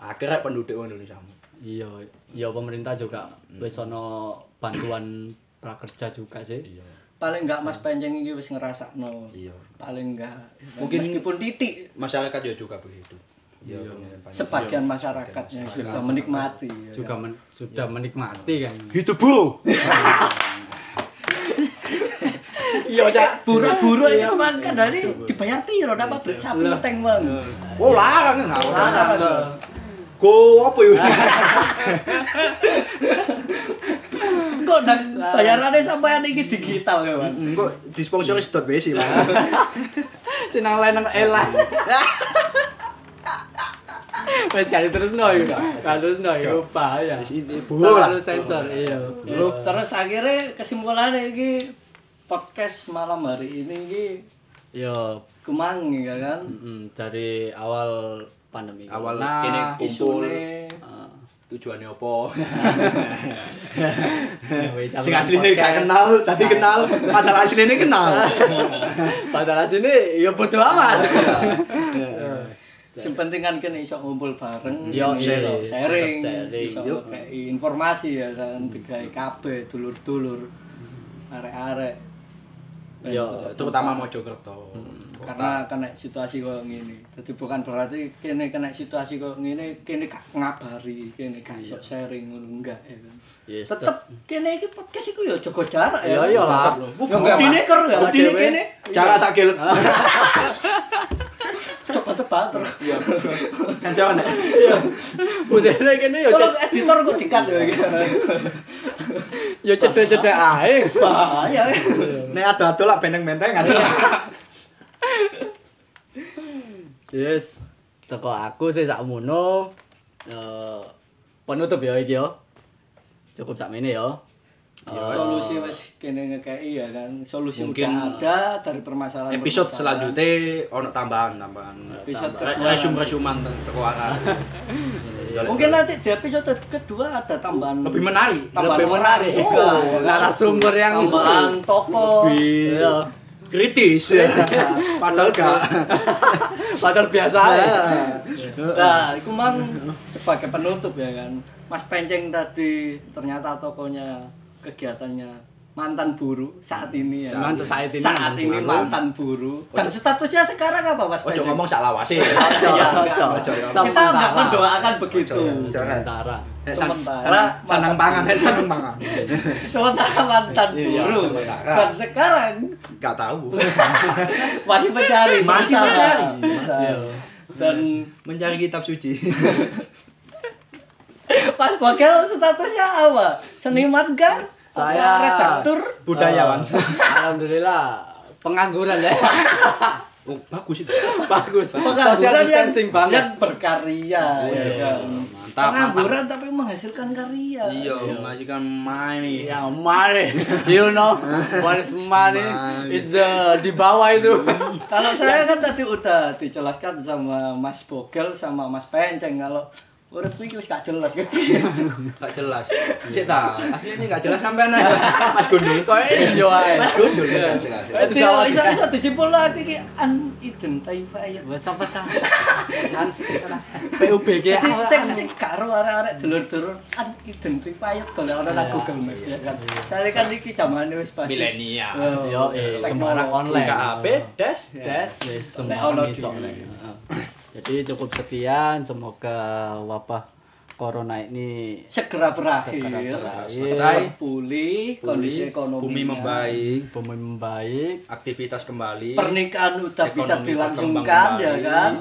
[SPEAKER 4] Akhirnya penduduk Indonesia.
[SPEAKER 2] iya iya pemerintah juga
[SPEAKER 4] Hmm.
[SPEAKER 2] wis ono bantuan prakerja juga sih
[SPEAKER 4] Iya.
[SPEAKER 3] Paling enggak Mas Panjang iki wis ngerasakno.
[SPEAKER 4] Iya.
[SPEAKER 3] Paling enggak.
[SPEAKER 4] Mungkin-
[SPEAKER 3] meskipun titik
[SPEAKER 4] Masyarakat ya juga begitu. Ya, banyak-
[SPEAKER 3] sebagian masyarakat yang sudah menikmati ya.
[SPEAKER 2] juga men- sudah menikmati kan
[SPEAKER 4] Hidup bro.
[SPEAKER 3] iya cak buru-buru itu bang kan dari dibayar piro napa beli sapi tank bang
[SPEAKER 4] Oh larang nggak
[SPEAKER 3] Larang,
[SPEAKER 4] larang.
[SPEAKER 3] Bang.
[SPEAKER 4] Go apa ya?
[SPEAKER 3] kok dan bayarannya sampai ini digital ya bang
[SPEAKER 4] Enggak disponsori sedot besi lah.
[SPEAKER 2] senang lain nang elah
[SPEAKER 9] Wes gak diterusno iku. Kak. Gak diterusno iku bahaya. Terlalu sensor iya.
[SPEAKER 3] Terus, terus akhirnya kesimpulannya ini podcast malam hari ini ini
[SPEAKER 2] Yo,
[SPEAKER 3] kemang ya kan.
[SPEAKER 2] mm, dari awal pandemi.
[SPEAKER 4] Awal
[SPEAKER 2] nah,
[SPEAKER 4] kene kumpul
[SPEAKER 3] Isune
[SPEAKER 4] tujuannya apa?
[SPEAKER 2] Sing
[SPEAKER 4] Sing asline gak kenal, tadi kenal, padahal asline kenal.
[SPEAKER 2] Padahal sini ya bodo amat.
[SPEAKER 3] sing penting kan kene iso ngumpul bareng,
[SPEAKER 2] Yo,
[SPEAKER 3] iso
[SPEAKER 2] iya,
[SPEAKER 3] sharing,
[SPEAKER 2] tetep sharing,
[SPEAKER 3] iso
[SPEAKER 2] yo.
[SPEAKER 3] ngekei informasi ya kan digawe kabeh dulur-dulur arek-arek. Ben
[SPEAKER 2] Yo,
[SPEAKER 3] tetep
[SPEAKER 4] Terutama Mojokerto.
[SPEAKER 3] karena kena situasi koyo ngene. Dadi bukan berarti kene kena situasi koyo ngene, kene gak ngabari, kene gak iso sharing ngono enggak ya kan.
[SPEAKER 2] Yes,
[SPEAKER 3] Tetep kene iki podcast iku yo jaga jarak ya.
[SPEAKER 2] Yo yo lah.
[SPEAKER 3] Yo gak masker, gak
[SPEAKER 2] Budine
[SPEAKER 3] budine kene.
[SPEAKER 4] Cara sakil.
[SPEAKER 3] Coba tebak terus.
[SPEAKER 4] Kan jaman.
[SPEAKER 2] Budine kene yo
[SPEAKER 3] Kalau editor kok dikat ya gitu.
[SPEAKER 2] yo cedek-cedek ae.
[SPEAKER 3] Bahaya.
[SPEAKER 4] Nek ada adol lah benteng-bentengan.
[SPEAKER 2] Yes. Teko aku sih sakmono. Eh penutup ya iki yo. Cukup ya. sakmene yo.
[SPEAKER 3] Ya,
[SPEAKER 2] Oh. Eh,
[SPEAKER 3] Solusi wis kene ngekei ya kan. Solusi
[SPEAKER 4] Mungkin,
[SPEAKER 3] udah ada dari permasalahan.
[SPEAKER 4] Episode selanjutnya ono tambahan, tambahan.
[SPEAKER 3] Episode kedua.
[SPEAKER 4] Resum-resuman teko arah. Iya.
[SPEAKER 3] Mungkin nanti di episode kedua ada tambahan.
[SPEAKER 4] lebih menarik.
[SPEAKER 3] tambahan
[SPEAKER 2] Lebih
[SPEAKER 3] orang
[SPEAKER 2] menarik.
[SPEAKER 3] juga.
[SPEAKER 2] Narasumber yang
[SPEAKER 3] tambahan toko.
[SPEAKER 2] Iya.
[SPEAKER 4] kritis ya. padahal gak
[SPEAKER 2] Padahal biasa ae.
[SPEAKER 3] Nah, itu mang sebagai penutup ya kan. Mas Penceng tadi ternyata tokonya kegiatannya mantan buruh saat ini ya.
[SPEAKER 2] Mantan saat ini.
[SPEAKER 3] Saat ini mantan buruh. Dan statusnya sekarang apa Mas
[SPEAKER 4] ojo
[SPEAKER 3] Penceng?
[SPEAKER 4] ngomong sak lawase
[SPEAKER 3] Ojo, ojo.
[SPEAKER 2] ojo.
[SPEAKER 3] Kita nggak mendoakan begitu.
[SPEAKER 4] ya.
[SPEAKER 2] Sementara.
[SPEAKER 3] Sementara
[SPEAKER 4] sanang pangan ya sanang pangan
[SPEAKER 3] Sementara mantan
[SPEAKER 4] Iya,
[SPEAKER 3] buruh.
[SPEAKER 4] sementara.
[SPEAKER 3] Dan sekarang
[SPEAKER 4] gak tahu
[SPEAKER 3] masih mencari.
[SPEAKER 4] Masih
[SPEAKER 3] bersama.
[SPEAKER 4] mencari.
[SPEAKER 3] Bersama. Dan
[SPEAKER 4] mencari kitab suci
[SPEAKER 3] Mas Bagel statusnya apa? Seniman kah?
[SPEAKER 2] Saya-
[SPEAKER 3] Apa redaktur?
[SPEAKER 4] budayawan
[SPEAKER 2] Eh, Alhamdulillah pengangguran ya.
[SPEAKER 4] oh, bagus itu
[SPEAKER 2] Bagus. Social
[SPEAKER 3] Pengangguran yang,
[SPEAKER 2] distancing banget.
[SPEAKER 3] yang berkarya ya kan.
[SPEAKER 4] Oh, iya. mantap
[SPEAKER 3] Pengangguran tapi menghasilkan karya.
[SPEAKER 4] iya majikan money
[SPEAKER 2] Yang money, you know what is money is the di bawah itu.
[SPEAKER 4] Iya.
[SPEAKER 3] Kalau saya kan tadi udah dijelaskan sama Mas Bogel sama Mas Penceng kalau urip iki wis gak jelas kan.
[SPEAKER 4] gak jelas sih ta aslinya gak jelas sampean aja mas gundul
[SPEAKER 2] Kau ini ae.
[SPEAKER 4] mas gundul gak jelas ya.
[SPEAKER 2] Itu
[SPEAKER 3] Dadi
[SPEAKER 2] sama
[SPEAKER 3] iso
[SPEAKER 2] kita.
[SPEAKER 3] iso disimpulake iki unidentified.
[SPEAKER 2] Buat sampai sampai. An- PUBG
[SPEAKER 3] Jadi
[SPEAKER 2] awal-
[SPEAKER 3] sing sing karo arek-arek dulur-dulur unidentified dolan ana Google Maps ya kan. Soale kan iki zamane wis basis.
[SPEAKER 4] Milenial.
[SPEAKER 3] Oh,
[SPEAKER 2] Yo, eh,
[SPEAKER 3] teknologi.
[SPEAKER 2] sembarang online.
[SPEAKER 4] gak ape das ya.
[SPEAKER 2] Des, wis sembarang
[SPEAKER 3] Teknologi.
[SPEAKER 2] iso. Heeh. Jadi cukup sekian. Semoga wabah corona ini
[SPEAKER 3] segera berakhir.
[SPEAKER 2] segera
[SPEAKER 4] Selesai.
[SPEAKER 2] berakhir.
[SPEAKER 3] Pulih kondisi ekonomi
[SPEAKER 4] bumi membaik
[SPEAKER 2] Bumi membaik.
[SPEAKER 4] aktivitas kembali
[SPEAKER 3] Pernikahan udah bisa
[SPEAKER 4] Ekonomi
[SPEAKER 3] dilangsungkan
[SPEAKER 4] berkembang
[SPEAKER 3] ya kan.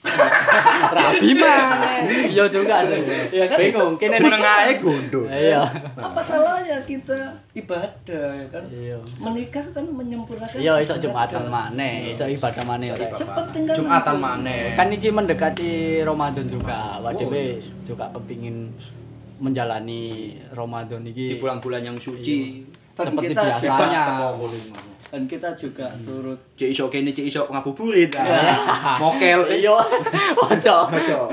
[SPEAKER 2] Rabi mana? Iya juga sih. Iya kan bingung. Kene
[SPEAKER 4] jeneng ae gundul
[SPEAKER 2] Iya.
[SPEAKER 3] Apa salahnya kita ibadah ya kan?
[SPEAKER 2] Iya.
[SPEAKER 3] Menikah kan menyempurnakan.
[SPEAKER 2] Iya iso jumatan maneh, iso ibadah maneh. Rek.
[SPEAKER 3] Seperti kan
[SPEAKER 4] jumatan maneh
[SPEAKER 2] Kan iki mendekati Ramadan juga. Awak dhewe juga kepingin menjalani Ramadan
[SPEAKER 4] di
[SPEAKER 2] iki
[SPEAKER 4] bulan-bulan yang suci
[SPEAKER 3] Dan
[SPEAKER 2] seperti
[SPEAKER 3] kita bebas
[SPEAKER 2] biasanya.
[SPEAKER 3] dan kita juga turut
[SPEAKER 4] cek iso kene cek iso ngabuburit ah. mokel eh,
[SPEAKER 2] Iya. Ojo.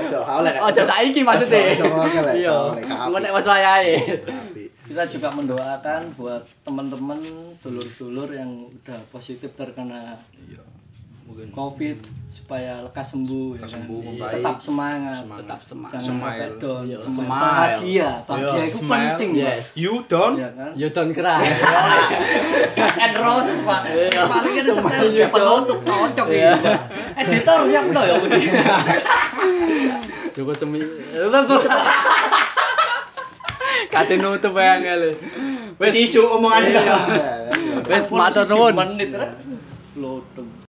[SPEAKER 10] Cok, oleh kan?
[SPEAKER 2] Ojo saiki maksudnya.
[SPEAKER 10] Ojo, ojo, ojo,
[SPEAKER 2] Iya.
[SPEAKER 10] ojo, ojo, ojo.
[SPEAKER 2] Engko nek wis wayahe.
[SPEAKER 3] kita juga mendoakan buat teman-teman dulur-dulur yang udah positif terkena
[SPEAKER 4] mungkin
[SPEAKER 3] covid supaya lekas sembuh, ya kan?
[SPEAKER 4] sembuh,
[SPEAKER 3] Iya.
[SPEAKER 4] membaik.
[SPEAKER 3] tetap semangat,
[SPEAKER 2] Tetap semangat.
[SPEAKER 3] jangan
[SPEAKER 4] Smile.
[SPEAKER 3] sampai down
[SPEAKER 2] Iya,
[SPEAKER 3] Semangat.
[SPEAKER 2] smile.
[SPEAKER 3] bahagia bahagia
[SPEAKER 2] Iya,
[SPEAKER 3] itu
[SPEAKER 4] smile,
[SPEAKER 3] penting
[SPEAKER 2] yes.
[SPEAKER 4] you don't
[SPEAKER 3] ya kan
[SPEAKER 2] You don't cry.
[SPEAKER 3] and roses pak kemarin kan setel penutup cocok ya editor siap no ya Gus?
[SPEAKER 2] Joko Semi. Kate nutup wae ngene. Wis
[SPEAKER 4] isu omongan
[SPEAKER 2] Wis matur nuwun.
[SPEAKER 3] menit Rek. Lodeng.